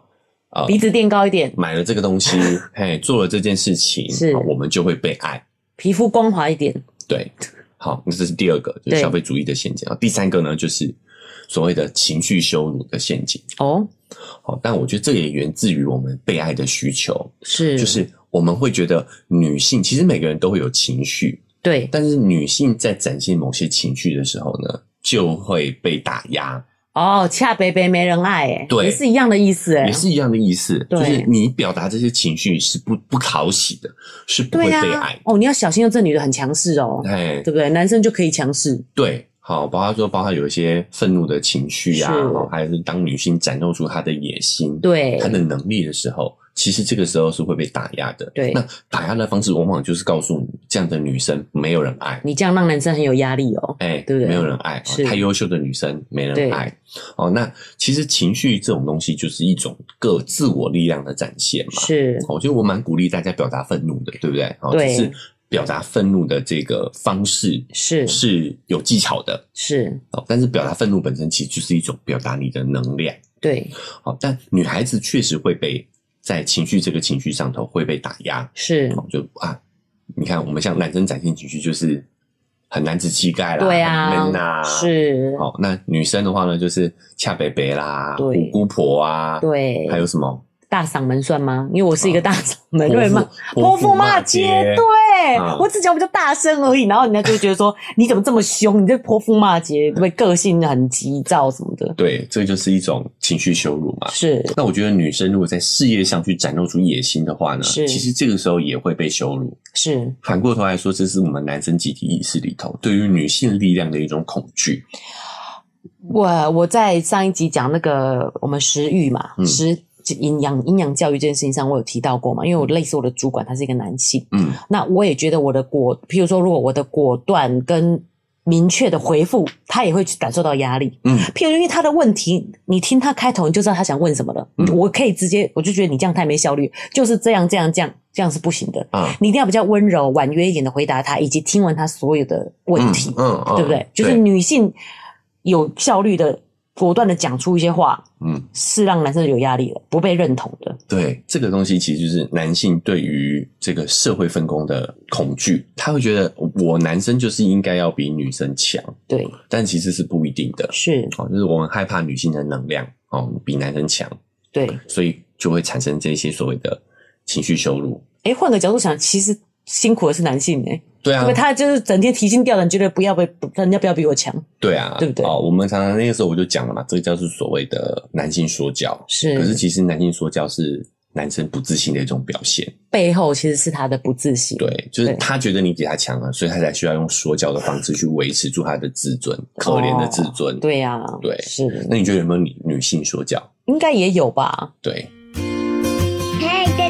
Speaker 2: 呃
Speaker 1: 鼻子垫高一点，
Speaker 2: 买了这个
Speaker 1: (laughs)
Speaker 2: 东西，嘿，做了这件事情，
Speaker 1: 是
Speaker 2: 好我们就会被爱，
Speaker 1: 皮肤光滑一点，
Speaker 2: 对，好，那这是第二个，就
Speaker 1: 对
Speaker 2: 是消费主义的陷阱。然后第三个呢，就是所谓的情绪羞辱的陷阱。
Speaker 1: 哦，
Speaker 2: 好，但我觉得这也源自于我们被爱的需求。
Speaker 1: 是，
Speaker 2: 就是我们会觉得女性其实每个人都会有情绪，
Speaker 1: 对，
Speaker 2: 但是女性在展现某些情绪的时候呢，就会被打压，
Speaker 1: 哦，恰北北没人爱，哎，
Speaker 2: 对
Speaker 1: 也是一样的意思，哎
Speaker 2: 也，是一样的意思。
Speaker 1: 对
Speaker 2: 就是你表达这些情绪是不不讨喜的，是不会
Speaker 1: 对呀
Speaker 2: 被爱，的。
Speaker 1: 哦，你要小心哦，这女的很强势哦，
Speaker 2: 哎、
Speaker 1: 对不对？男生就可以强势，
Speaker 2: 对。好，包括说，包括有一些愤怒的情绪啊，
Speaker 1: 是
Speaker 2: 哦还是当女性展露出她的野心、
Speaker 1: 对
Speaker 2: 她，的能力的时候，其实这个时候是会被打压的。
Speaker 1: 对
Speaker 2: 那打压的方式往往就是告诉你，这样的女生没有人爱，
Speaker 1: 你这样让男生很有压力哦，
Speaker 2: 哎、
Speaker 1: 对不对
Speaker 2: 没有人爱，
Speaker 1: 是
Speaker 2: 太优秀的女生没
Speaker 1: 对
Speaker 2: 人爱。哦，那其实情绪这种东西就是一种个自我力量的展现嘛。
Speaker 1: 是，
Speaker 2: 哦我觉得我蛮鼓励大家表达愤怒的，对不对？哦，
Speaker 1: 对
Speaker 2: 只是表达愤怒的这个方式
Speaker 1: 是
Speaker 2: 是有技巧的。
Speaker 1: 是，
Speaker 2: 哦，但是表达愤怒本身其实就是一种表达你的能量。
Speaker 1: 对，
Speaker 2: 哦，但女孩子确实会被在情绪这个情绪上头会被打压。
Speaker 1: 是，
Speaker 2: 哦，就啊，你看我们像男生展现情绪就是很男子气概啦，
Speaker 1: 对
Speaker 2: 很
Speaker 1: 啊
Speaker 2: man 啦，，
Speaker 1: 是，
Speaker 2: 好，那女生的话呢，就是恰北北啦，
Speaker 1: 对
Speaker 2: 五姑婆啊，，
Speaker 1: 对，
Speaker 2: 还有什么
Speaker 1: 大嗓门算吗？因为我是一个大嗓门，
Speaker 2: 泼
Speaker 1: 对
Speaker 2: 妇
Speaker 1: 吗？泼妇骂街，对、
Speaker 2: 嗯
Speaker 1: 我只讲比较大声而已，然后人家就会觉得说你怎么这么凶，你这泼妇骂街，对不对？个性很急躁什么的，
Speaker 2: 对，这就是一种情绪羞辱嘛。
Speaker 1: 是
Speaker 2: 那我觉得女生如果在事业上去展露出野心的话呢，
Speaker 1: 是
Speaker 2: 其实这个时候也会被羞辱。
Speaker 1: 是
Speaker 2: 反过头来说，这是我们男生集体意识里头对于女性力量的一种恐惧。
Speaker 1: 我我在上一集讲那个我们食欲嘛，
Speaker 2: 嗯
Speaker 1: 食营养营养教育这件事情上，我有提到过嘛，因为我类似我的主管他是一个男性，
Speaker 2: 嗯，
Speaker 1: 那我也觉得我的果，譬如说如果我的果断跟明确的回复，他也会去感受到压力。
Speaker 2: 嗯，
Speaker 1: 譬如因为他的问题，你听他开头你就知道他想问什么了，
Speaker 2: 嗯
Speaker 1: 我可以直接我就觉得你这样太没效率，就是这样这样这样这样是不行的，
Speaker 2: 啊，
Speaker 1: 你一定要比较温柔婉约一点的回答他，以及听完他所有的问题。
Speaker 2: 嗯，嗯
Speaker 1: 对不对？就是女性有效率的、果断的讲出一些话，
Speaker 2: 嗯，
Speaker 1: 是让男生有压力的，不被认同的。
Speaker 2: 对，这个东西其实就是男性对于这个社会分工的恐惧，他会觉得我男生就是应该要比女生强，
Speaker 1: 对，
Speaker 2: 但其实是不一定的。
Speaker 1: 是，
Speaker 2: 哦，就是我们害怕女性的能量哦比男生强，
Speaker 1: 对。
Speaker 2: 所以就会产生这些所谓的情绪羞辱。
Speaker 1: 诶，哎换个角度想，其实辛苦的是男性诶，哎
Speaker 2: 对
Speaker 1: 因
Speaker 2: 啊
Speaker 1: 为，他就是整天提心吊胆，觉得不要被不人家不要比我强，
Speaker 2: 对啊，
Speaker 1: 对不对
Speaker 2: 哦，我们常常
Speaker 1: 嗯
Speaker 2: 那个时候我就讲了嘛，这个叫是所谓的男性说教，可是
Speaker 1: 是
Speaker 2: 其实男性说教是男生不自信的一种表现。
Speaker 1: 背后其实是他的不自信。
Speaker 2: 对，就是
Speaker 1: 对
Speaker 2: 他觉得你比他强啊，所以他才需要用说教的方式去维持住他的自尊，可怜的自尊。
Speaker 1: 哦对呀、
Speaker 2: 对
Speaker 1: 是
Speaker 2: 那你觉得有没有女女性说教？
Speaker 1: 应该也有吧？
Speaker 2: 对，
Speaker 3: 嗨，大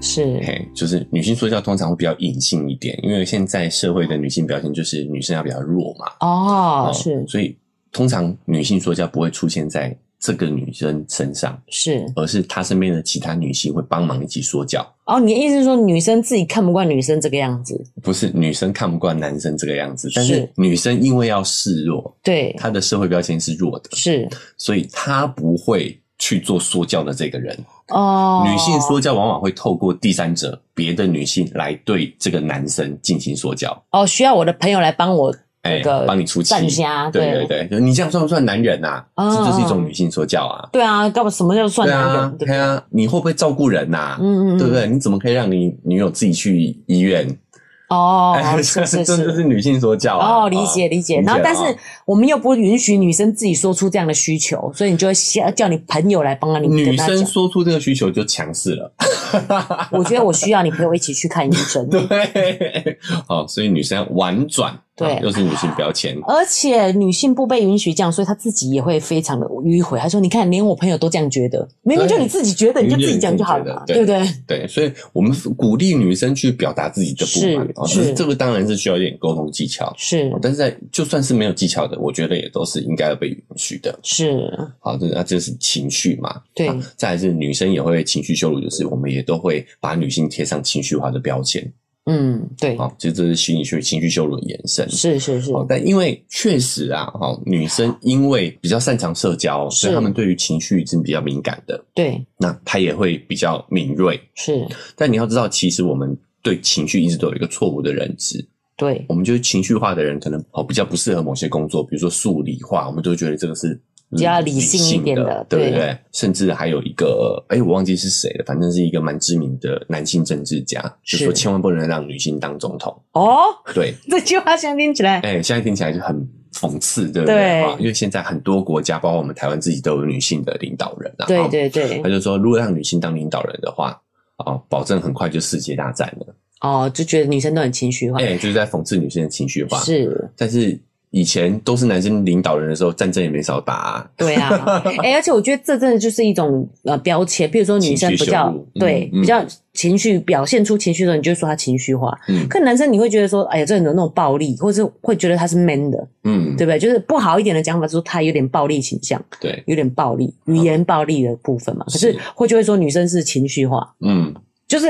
Speaker 1: 是，
Speaker 2: 嘿，就是女性说教通常会比较隐性一点，因为现在社会的女性表现就是女生要比较弱嘛。
Speaker 1: 哦
Speaker 2: 哦，
Speaker 1: 是
Speaker 2: 所以通常女性说教不会出现在这个女生身上，
Speaker 1: 是，
Speaker 2: 而是她身边的其他女性会帮忙一起说教。
Speaker 1: 哦，你的意思是说女生自己看不惯女生这个样子？
Speaker 2: 不是女生看不惯男生这个样子，但是
Speaker 1: 是
Speaker 2: 女生因为要示弱，
Speaker 1: 对，
Speaker 2: 她的社会标签是弱的，
Speaker 1: 是
Speaker 2: 所以她不会去做说教的这个人。
Speaker 1: 哦，
Speaker 2: 女性说教往往会透过第三者、别的女性来对这个男生进行说教，
Speaker 1: 哦，需要我的朋友来帮我
Speaker 2: 哎、
Speaker 1: 那个
Speaker 2: 帮你出气。
Speaker 1: 站家，
Speaker 2: 对对
Speaker 1: 对
Speaker 2: 对，就是你这样算不算男人呐、
Speaker 1: 嗯
Speaker 2: 这就是一种女性说教啊。
Speaker 1: 对啊，干嘛什么叫算
Speaker 2: 对
Speaker 1: 男人
Speaker 2: 啊？，
Speaker 1: 对不
Speaker 2: 对
Speaker 1: 对？
Speaker 2: 啊，你会不会照顾人呐、
Speaker 1: 嗯嗯，嗯
Speaker 2: 对不？啊对？你怎么可以让你女友自己去医院？，
Speaker 1: 哦
Speaker 2: (laughs)
Speaker 1: 是是
Speaker 2: 这哎就是
Speaker 1: 是。
Speaker 2: 女性说教啊。
Speaker 1: 哦，理解理解。
Speaker 2: 啊理解
Speaker 1: 然后，
Speaker 2: 了
Speaker 1: 但
Speaker 2: 啊
Speaker 1: 是我们又不允许女生自己说出这样的需求，所以你就会先叫你朋友来帮你
Speaker 2: 哦女
Speaker 1: 跟她
Speaker 2: 生
Speaker 1: 讲。
Speaker 2: 说出这个需求就强势了。
Speaker 1: 我觉得我需要你陪我一起去看医 (laughs)
Speaker 2: (laughs)
Speaker 1: 生。
Speaker 2: 对，好，所以女生要婉转，
Speaker 1: 对
Speaker 2: 啊又是女性标签。
Speaker 1: 而且女性不被允许这样，所以她自己也会非常的迂回。她说：“你看，连我朋友都这样觉得，明明就你自己觉得，你就自己讲就好了嘛，
Speaker 2: 明
Speaker 1: 对
Speaker 2: 明
Speaker 1: 不
Speaker 2: 就
Speaker 1: 对
Speaker 2: 对，所以我们鼓励女生去表达自己的不满
Speaker 1: 是
Speaker 2: 啊，
Speaker 1: 是
Speaker 2: 就是这个当然是需要一点沟通技巧？”，
Speaker 1: 是
Speaker 2: 但是在就算是没有技巧的，我觉得也都是应该要被允许的。
Speaker 1: 是，
Speaker 2: 好，这那这是情绪嘛？
Speaker 1: 对
Speaker 2: 啊再来是女生也会情绪羞辱，就是我们也都会把女性贴上情绪化的标签
Speaker 1: 嗯，对，
Speaker 2: 啊，就这是心理学情绪羞辱的延伸。
Speaker 1: 是是是，
Speaker 2: 哦，但因为确实啊，哈、女生因为比较擅长社交，
Speaker 1: 是
Speaker 2: 所以她们对于情绪是比较敏感的，
Speaker 1: 对，
Speaker 2: 那她也会比较敏锐。
Speaker 1: 是，
Speaker 2: 但你要知道，其实我们对情绪一直都有一个错误的认知，
Speaker 1: 对，
Speaker 2: 我们觉得情绪化的人可能哦比较不适合某些工作，比如说数理化，我们都会觉得这个是。
Speaker 1: 比较理性一点的
Speaker 2: 的，对不
Speaker 1: 对
Speaker 2: 对？甚至还有一个，哎，我忘记是谁了，反正是一个蛮知名的男性政治家，就是说千万不能让女性当总统。
Speaker 1: 哦，
Speaker 2: 对，
Speaker 1: 这句话相听起 (laughs) 来，
Speaker 2: 哎、现在听起来就很讽刺，对不
Speaker 1: 对
Speaker 2: 对？啊因为现在很多国家，包括我们台湾自己，都有女性的领导人啊。
Speaker 1: 对
Speaker 2: 啊。
Speaker 1: 对对
Speaker 2: 他，就说，如果让女性当领导人的话，啊，保证很快就世界大战了。
Speaker 1: 哦，就觉得女生都很情绪化
Speaker 2: 哎、，就是在讽刺女性的情绪化。，
Speaker 1: 是，
Speaker 2: 但是以前都是男生领导人的时候，战争也没少打、啊。
Speaker 1: 对啊，哎、而且我觉得这真的就是一种呃标签，比如说女生比较
Speaker 2: 情绪羞辱嗯
Speaker 1: 对、
Speaker 2: 嗯
Speaker 1: 比较情绪表现出情绪的时候，你就说她情绪化。
Speaker 2: 嗯
Speaker 1: 可男生你会觉得说，哎呀，这人有那种暴力，或者是会觉得他是 man 的，
Speaker 2: 嗯，
Speaker 1: 对不对？就是不好一点的讲法，说他有点暴力倾向，
Speaker 2: 对，
Speaker 1: 有点暴力语言暴力的部分嘛。可
Speaker 2: 是
Speaker 1: 是会就会说女生是情绪化，
Speaker 2: 嗯，
Speaker 1: 就是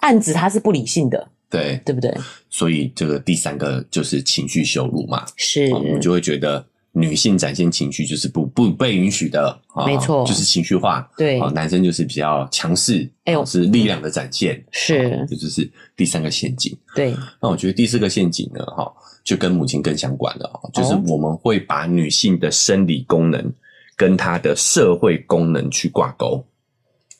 Speaker 1: 暗指她是不理性的，
Speaker 2: 对。
Speaker 1: 对不对？
Speaker 2: 所以这个第三个就是情绪羞辱嘛，
Speaker 1: 是
Speaker 2: 啊我们就会觉得女性展现情绪就是不不被允许的，啊
Speaker 1: 没错
Speaker 2: 就是情绪化。
Speaker 1: 对
Speaker 2: 哦，男生就是比较强势，
Speaker 1: 哎呦
Speaker 2: 哦是力量的展现，
Speaker 1: 是，
Speaker 2: 这就是第三个陷阱。
Speaker 1: 对，
Speaker 2: 那我觉得第四个陷阱呢，哈、就跟母亲更相关了，哦就是
Speaker 1: 哦
Speaker 2: 我们会把女性的生理功能跟她的社会功能去挂钩。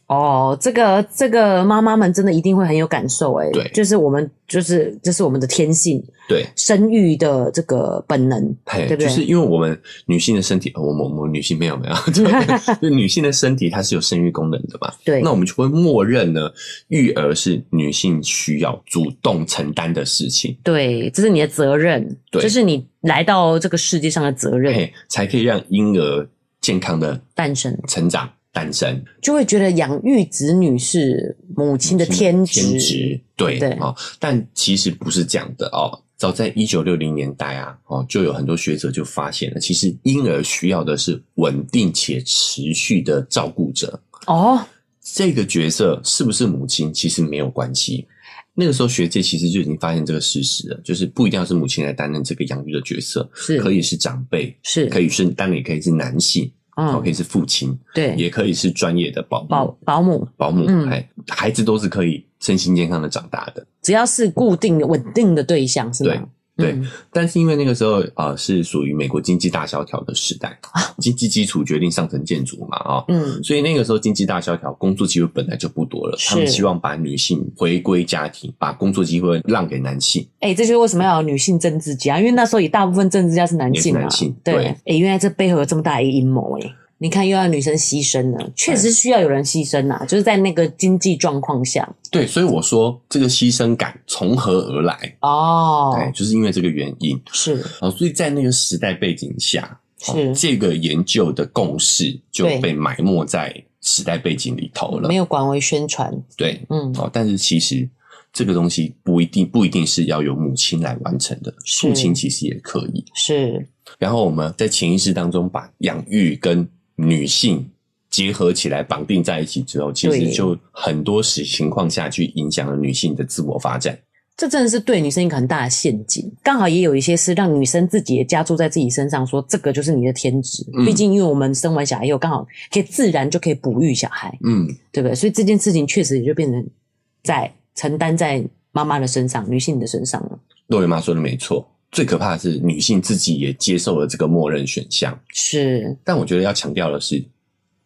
Speaker 1: 哦，这个这个妈妈们真的一定会很有感受哎、
Speaker 2: 对
Speaker 1: 就是我们就是这是我们的天性，
Speaker 2: 对，
Speaker 1: 生育的这个本能，
Speaker 2: 嘿，
Speaker 1: 对不对
Speaker 2: 就是因为我们女性的身体，呃我们我们女性没有没 (laughs) 有，
Speaker 1: (laughs)
Speaker 2: 对，就女性的身体它是有生育功能的嘛，
Speaker 1: 对，
Speaker 2: 那我们就会默认呢，育儿是女性需要主动承担的事情。
Speaker 1: 对，这是你的责任，
Speaker 2: 对
Speaker 1: 这是你来到这个世界上的责任，
Speaker 2: 嘿，才可以让婴儿健康的
Speaker 1: 诞生
Speaker 2: 成长诞生。
Speaker 1: 就会觉得养育子女是母亲的天职，
Speaker 2: 天职，对
Speaker 1: 对
Speaker 2: 哦，但其实不是这样的哦。早在一九六零年代啊，哦，就有很多学者就发现了，其实婴儿需要的是稳定且持续的照顾者。
Speaker 1: 哦，
Speaker 2: 这个角色是不是母亲，其实没有关系。那个时候，学界其实就已经发现这个事实了，就是不一定要是母亲来担任这个养育的角色，
Speaker 1: 是
Speaker 2: 可以是长辈，
Speaker 1: 是
Speaker 2: 可以是当然也可以是男性，哦，可
Speaker 1: 嗯，
Speaker 2: 以是父亲，
Speaker 1: 对，
Speaker 2: 也可以是专业的保姆
Speaker 1: 保保姆
Speaker 2: 保姆
Speaker 1: 嗯，
Speaker 2: 哎、孩子都是可以身心健康的长大的。
Speaker 1: 只要是固定的、稳定的对象，是吗？
Speaker 2: 对
Speaker 1: 嗯
Speaker 2: 但是因为那个时候啊、呃是属于美国经济大萧条的时代，
Speaker 1: 啊
Speaker 2: 经济基础决定上层建筑嘛啊、哦
Speaker 1: 嗯
Speaker 2: 所以那个时候经济大萧条，工作机会本来就不多了，
Speaker 1: 是
Speaker 2: 他们希望把女性回归家庭，把工作机会让给男性。
Speaker 1: 哎、这就是为什么要有女性政治家，因为那时候也大部分政治家是男性
Speaker 2: 也是
Speaker 1: 啊。
Speaker 2: 男性
Speaker 1: 对，
Speaker 2: 对
Speaker 1: 哎、原来这背后有这么大一个阴谋哎！你看，又要女生牺牲了，确实需要有人牺牲啊，就是在那个经济状况下
Speaker 2: 对，所以我说这个牺牲感从何而来？
Speaker 1: 哦，
Speaker 2: 对，就是因为这个原因
Speaker 1: 是
Speaker 2: 啊、哦所以在那个时代背景下，哦
Speaker 1: 是
Speaker 2: 这个研究的共识就
Speaker 1: 对
Speaker 2: 被埋没在时代背景里头了
Speaker 1: 没。有广为宣传，
Speaker 2: 对，
Speaker 1: 嗯，
Speaker 2: 哦，但是其实这个东西不一定不一定是要由母亲来完成的，
Speaker 1: 是
Speaker 2: 父亲其实也可以。
Speaker 1: 是
Speaker 2: 然后我们在潜意识当中把养育跟女性结合起来，绑定在一起之后，其
Speaker 1: 对
Speaker 2: 实就很多时情况下去影响了女性的自我发展。
Speaker 1: 这真的是对女生一个很大的陷阱。刚好也有一些是让女生自己也加注在自己身上，说这个就是你的天职。
Speaker 2: 嗯
Speaker 1: 毕竟，因为我们生完小孩以后，刚好可以自然就可以哺育小孩，
Speaker 2: 嗯，
Speaker 1: 对不对？所以这件事情确实也就变成在承担在妈妈的身上、女性的身上了。
Speaker 2: 洛瑞妈说的没错。最可怕的是，女性自己也接受了这个默认选项。
Speaker 1: 是，
Speaker 2: 但我觉得要强调的是，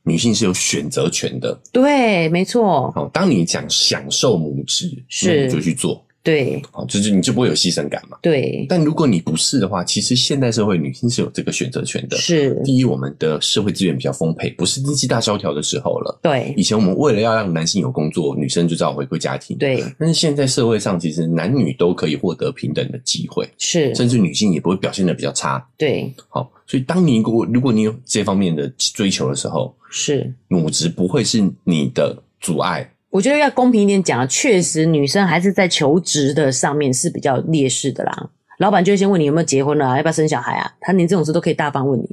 Speaker 2: 女性是有选择权的。
Speaker 1: 对，没错，
Speaker 2: 哦，当你讲享受母职，
Speaker 1: 是
Speaker 2: 那你就去做，
Speaker 1: 对
Speaker 2: 哦，就是你就不会有牺牲感嘛。
Speaker 1: 对
Speaker 2: 但如果你不是的话，其实现代社会女性是有这个选择权的。
Speaker 1: 是，
Speaker 2: 第一，我们的社会资源比较丰沛，不是经济大萧条的时候了。
Speaker 1: 对
Speaker 2: 以前我们为了要让男性有工作，女生就只好回归家庭。。
Speaker 1: 对
Speaker 2: 但是现在社会上，其实男女都可以获得平等的机会，
Speaker 1: 是，
Speaker 2: 甚至女性也不会表现的比较差。
Speaker 1: 对
Speaker 2: 好，所以当你如果如果你有这方面的追求的时候，
Speaker 1: 是。
Speaker 2: 母职不会是你的阻碍。
Speaker 1: 我觉得要公平一点讲，确实女生还是在求职的上面是比较劣势的啦。老板就会先问你有没有结婚了、啊，要不要生小孩啊？他连这种事都可以大方问你，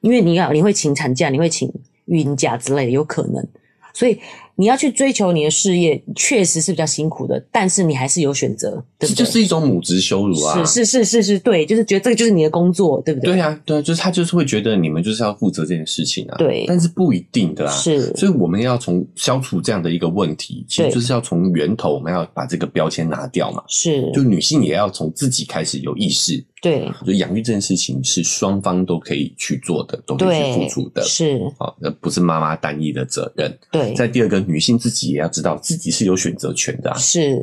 Speaker 1: 因为你要你会请产假，你会请育婴假之类的，有可能。所以你要去追求你的事业，确实是比较辛苦的，但是你还是有选择，
Speaker 2: 这
Speaker 1: 对不
Speaker 2: 就
Speaker 1: 对？
Speaker 2: 是一种母职羞辱啊！
Speaker 1: 是是是是是，对，就是觉得这个就是你的工作，对不对？
Speaker 2: 对啊，对啊，就是他就是会觉得你们就是要负责这件事情啊。
Speaker 1: 对
Speaker 2: 但是不一定的啊。
Speaker 1: 是
Speaker 2: 所以我们要从消除这样的一个问题，其
Speaker 1: 对
Speaker 2: 实就是要从源头，我们要把这个标签拿掉嘛。
Speaker 1: 是
Speaker 2: 就，女性也要从自己开始有意识，
Speaker 1: 对
Speaker 2: 就养育这件事情是双方都可以去做的，都可以去
Speaker 1: 对
Speaker 2: 付出的，
Speaker 1: 是，
Speaker 2: 好，那不是妈妈单一的责任。
Speaker 1: 对。
Speaker 2: 在第二个，女性自己也要知道自己是有选择权的啊。
Speaker 1: 是，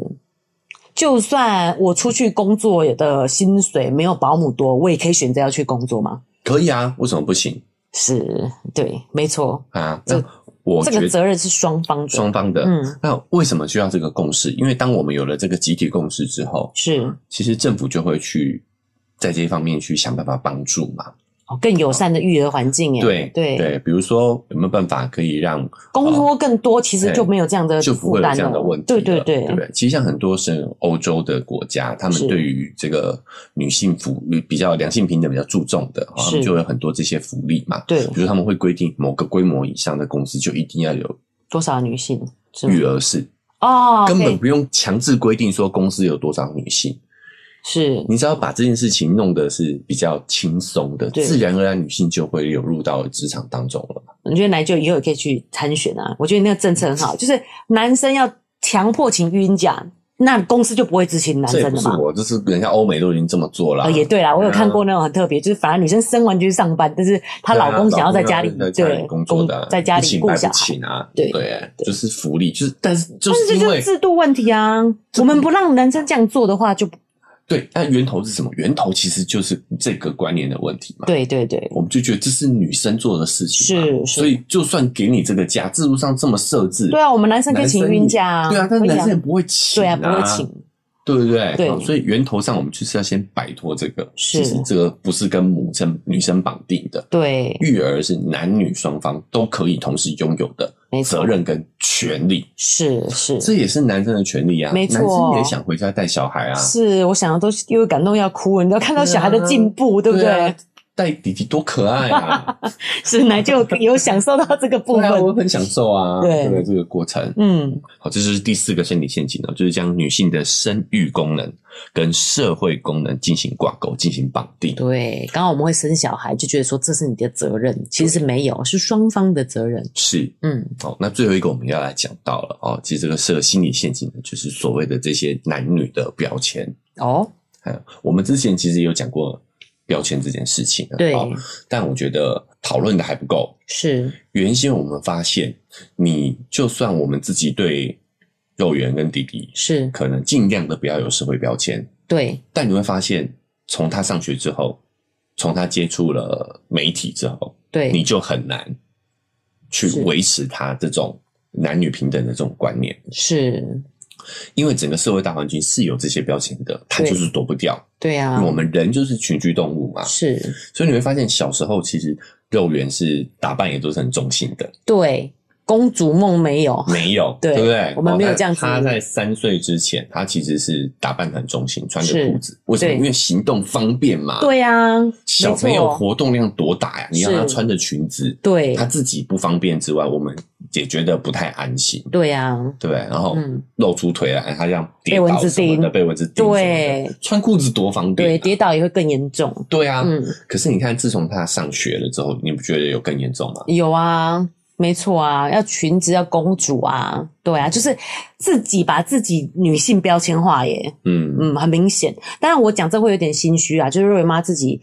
Speaker 1: 就算我出去工作的薪水没有保姆多，我也可以选择要去工作吗？
Speaker 2: 可以啊，为什么不行
Speaker 1: 是对，没错，
Speaker 2: 啊？
Speaker 1: 这
Speaker 2: 那我
Speaker 1: 这
Speaker 2: 觉
Speaker 1: 个
Speaker 2: 得
Speaker 1: 责任是双方的。
Speaker 2: 双方的，
Speaker 1: 嗯，
Speaker 2: 那为什么需要这个共识？因为当我们有了这个集体共识之后，
Speaker 1: 是
Speaker 2: 其实政府就会去在这一方面去想办法帮助嘛。
Speaker 1: 哦更友善的育儿环境耶。
Speaker 2: 对
Speaker 1: 对，
Speaker 2: 对，比如说有没有办法可以让
Speaker 1: 工作更多，其实
Speaker 2: 对
Speaker 1: 就没有这样的
Speaker 2: 就不
Speaker 1: 呃负
Speaker 2: 会有
Speaker 1: 担
Speaker 2: 这样的
Speaker 1: 了。
Speaker 2: 问题
Speaker 1: 对
Speaker 2: 了？
Speaker 1: 对
Speaker 2: 对不对？其实像很多是欧洲的国家，他
Speaker 1: 是
Speaker 2: 们对于这个女性福比较两性平等比较注重的，哦
Speaker 1: 是
Speaker 2: 他们就有很多这些福利嘛。
Speaker 1: 对
Speaker 2: 比如他们会规定某个规模以上的公司就一定要有
Speaker 1: 多少女性是吗
Speaker 2: 育儿室，
Speaker 1: 哦，
Speaker 2: 根本
Speaker 1: 对
Speaker 2: 不用强制规定说公司有多少女性。
Speaker 1: 是
Speaker 2: 你只要把这件事情弄得是比较轻松的，
Speaker 1: 对
Speaker 2: 自然而然女性就会流入到职场当中了嘛。
Speaker 1: 我觉得奶舅以后也可以去参选啊。我觉得那个政策很好，就是男生要强迫请育婴假，那公司就不会执行男
Speaker 2: 这也
Speaker 1: 生
Speaker 2: 不
Speaker 1: 的
Speaker 2: 是
Speaker 1: 嘛。
Speaker 2: 我，就是人家欧美都已经这么做了、
Speaker 1: 哦，也对啦，我有
Speaker 2: 对啊
Speaker 1: 看过那种很特别，就是反而女生生完就去上班，但是她
Speaker 2: 对啊
Speaker 1: 老公想要在家里
Speaker 2: 老公要在家
Speaker 1: 对
Speaker 2: 里工作的啊，
Speaker 1: 在家
Speaker 2: 不
Speaker 1: 里
Speaker 2: 行
Speaker 1: 顾
Speaker 2: 白
Speaker 1: 小
Speaker 2: 不
Speaker 1: 孩，
Speaker 2: 行啊，
Speaker 1: 对
Speaker 2: 对，
Speaker 1: 对
Speaker 2: 就是福利，就是但是就
Speaker 1: 但是
Speaker 2: 是
Speaker 1: 这
Speaker 2: 因
Speaker 1: 就是
Speaker 2: 为
Speaker 1: 制度问题啊。我们不让男生这样做的话，就不
Speaker 2: 对，那源头是什么？源头其实就是这个观念的问题嘛。
Speaker 1: 对对对，
Speaker 2: 我们就觉得这是女生做的事情嘛，
Speaker 1: 是是
Speaker 2: 所以就算给你这个假，制度上这么设置，
Speaker 1: 对啊，我们男生可以
Speaker 2: 男
Speaker 1: 请
Speaker 2: 生
Speaker 1: 孕
Speaker 2: 也
Speaker 1: 假啊，
Speaker 2: 对啊，但
Speaker 1: 可
Speaker 2: 是
Speaker 1: 以
Speaker 2: 男生也不会请、
Speaker 1: 对啊，不会请，
Speaker 2: 对不对？
Speaker 1: 对
Speaker 2: 哦所以源头上我们就是要先摆脱这个，
Speaker 1: 是
Speaker 2: 其实这个不是跟母生女生绑定的，
Speaker 1: 对，
Speaker 2: 育儿是男女双方都可以同时拥有的
Speaker 1: 没错
Speaker 2: 责任跟权利，
Speaker 1: 是是
Speaker 2: 这也是男生的权利啊，
Speaker 1: 没错
Speaker 2: 男生也想回家带小孩啊，
Speaker 1: 是，我想到都又感动要哭了，你要看到小孩的进步，对不
Speaker 2: 啊
Speaker 1: 对？
Speaker 2: 带弟弟多可
Speaker 1: (laughs)
Speaker 2: 爱啊！
Speaker 1: 是奶就有享受到这个部
Speaker 2: 对
Speaker 1: 分
Speaker 2: 啊，。我很享受啊，
Speaker 1: 对
Speaker 2: 对不对？这个过程，
Speaker 1: 嗯，
Speaker 2: 好，这是第四个生理陷阱呢，哦就是将女性的生育功能跟社会功能进行挂钩、进行绑定。
Speaker 1: 对。刚刚我们会生小孩，就觉得说这是你的责任，其实没有，是双方的责任。
Speaker 2: 是，
Speaker 1: 嗯，
Speaker 2: 哦，那最后一个我们要来讲到了哦，其实这个设心理陷阱呢，就是所谓的这些男女的标签。
Speaker 1: 哦，
Speaker 2: 还有我们之前其实有讲过标签这件事情了，
Speaker 1: 对，
Speaker 2: 哦但我觉得讨论的还不够。
Speaker 1: 是，
Speaker 2: 原先我们发现，你就算我们自己对肉圆跟弟弟，
Speaker 1: 是，
Speaker 2: 可能尽量的不要有社会标签，
Speaker 1: 对，
Speaker 2: 但你会发现，从他上学之后，从他接触了媒体之后，你
Speaker 1: 对，
Speaker 2: 就很难去
Speaker 1: 是
Speaker 2: 维持他这种男女平等的这种观念，
Speaker 1: 是，
Speaker 2: 因为整个社会大环境是有这些标签的，他
Speaker 1: 对
Speaker 2: 就是躲不掉。
Speaker 1: 对啊，
Speaker 2: 我们人就是群居动物嘛，
Speaker 1: 是，
Speaker 2: 所以你会发现小时候其实肉圆是打扮也都是很中性的，
Speaker 1: 对，公主梦没有，
Speaker 2: 没有，
Speaker 1: 对
Speaker 2: 对不对？
Speaker 1: 我们没有
Speaker 2: 哦
Speaker 1: 这样子
Speaker 2: 他他在三岁之前，他其实是打扮得很中性，穿
Speaker 1: 是
Speaker 2: 着裤子，为什么？
Speaker 1: 对
Speaker 2: 因为行动方便嘛。。
Speaker 1: 对啊，
Speaker 2: 小
Speaker 1: 没
Speaker 2: 朋友
Speaker 1: 错，
Speaker 2: 活动量多大呀？你让
Speaker 1: 是
Speaker 2: 他穿着裙子，
Speaker 1: 对
Speaker 2: 他，自己不方便之外，我们也觉得不太安心，
Speaker 1: 对啊，
Speaker 2: 对不对？然后
Speaker 1: 嗯，
Speaker 2: 露出腿来，他这样跌
Speaker 1: 被蚊
Speaker 2: 倒
Speaker 1: 子
Speaker 2: 什么的，
Speaker 1: 叮
Speaker 2: 被蚊子叮，
Speaker 1: 对，
Speaker 2: 穿裤子多方便啊、
Speaker 1: 对，跌倒也会更严重。
Speaker 2: 对啊。
Speaker 1: 嗯，
Speaker 2: 可是你看，自从他上学了之后，你不觉得有更严重吗？
Speaker 1: 有啊，没错啊，要裙子，要公主啊，对啊，就是自己把自己女性标签化耶，
Speaker 2: 嗯，
Speaker 1: 嗯，很明显。当然，我讲这会有点心虚啊，就是瑞妈自己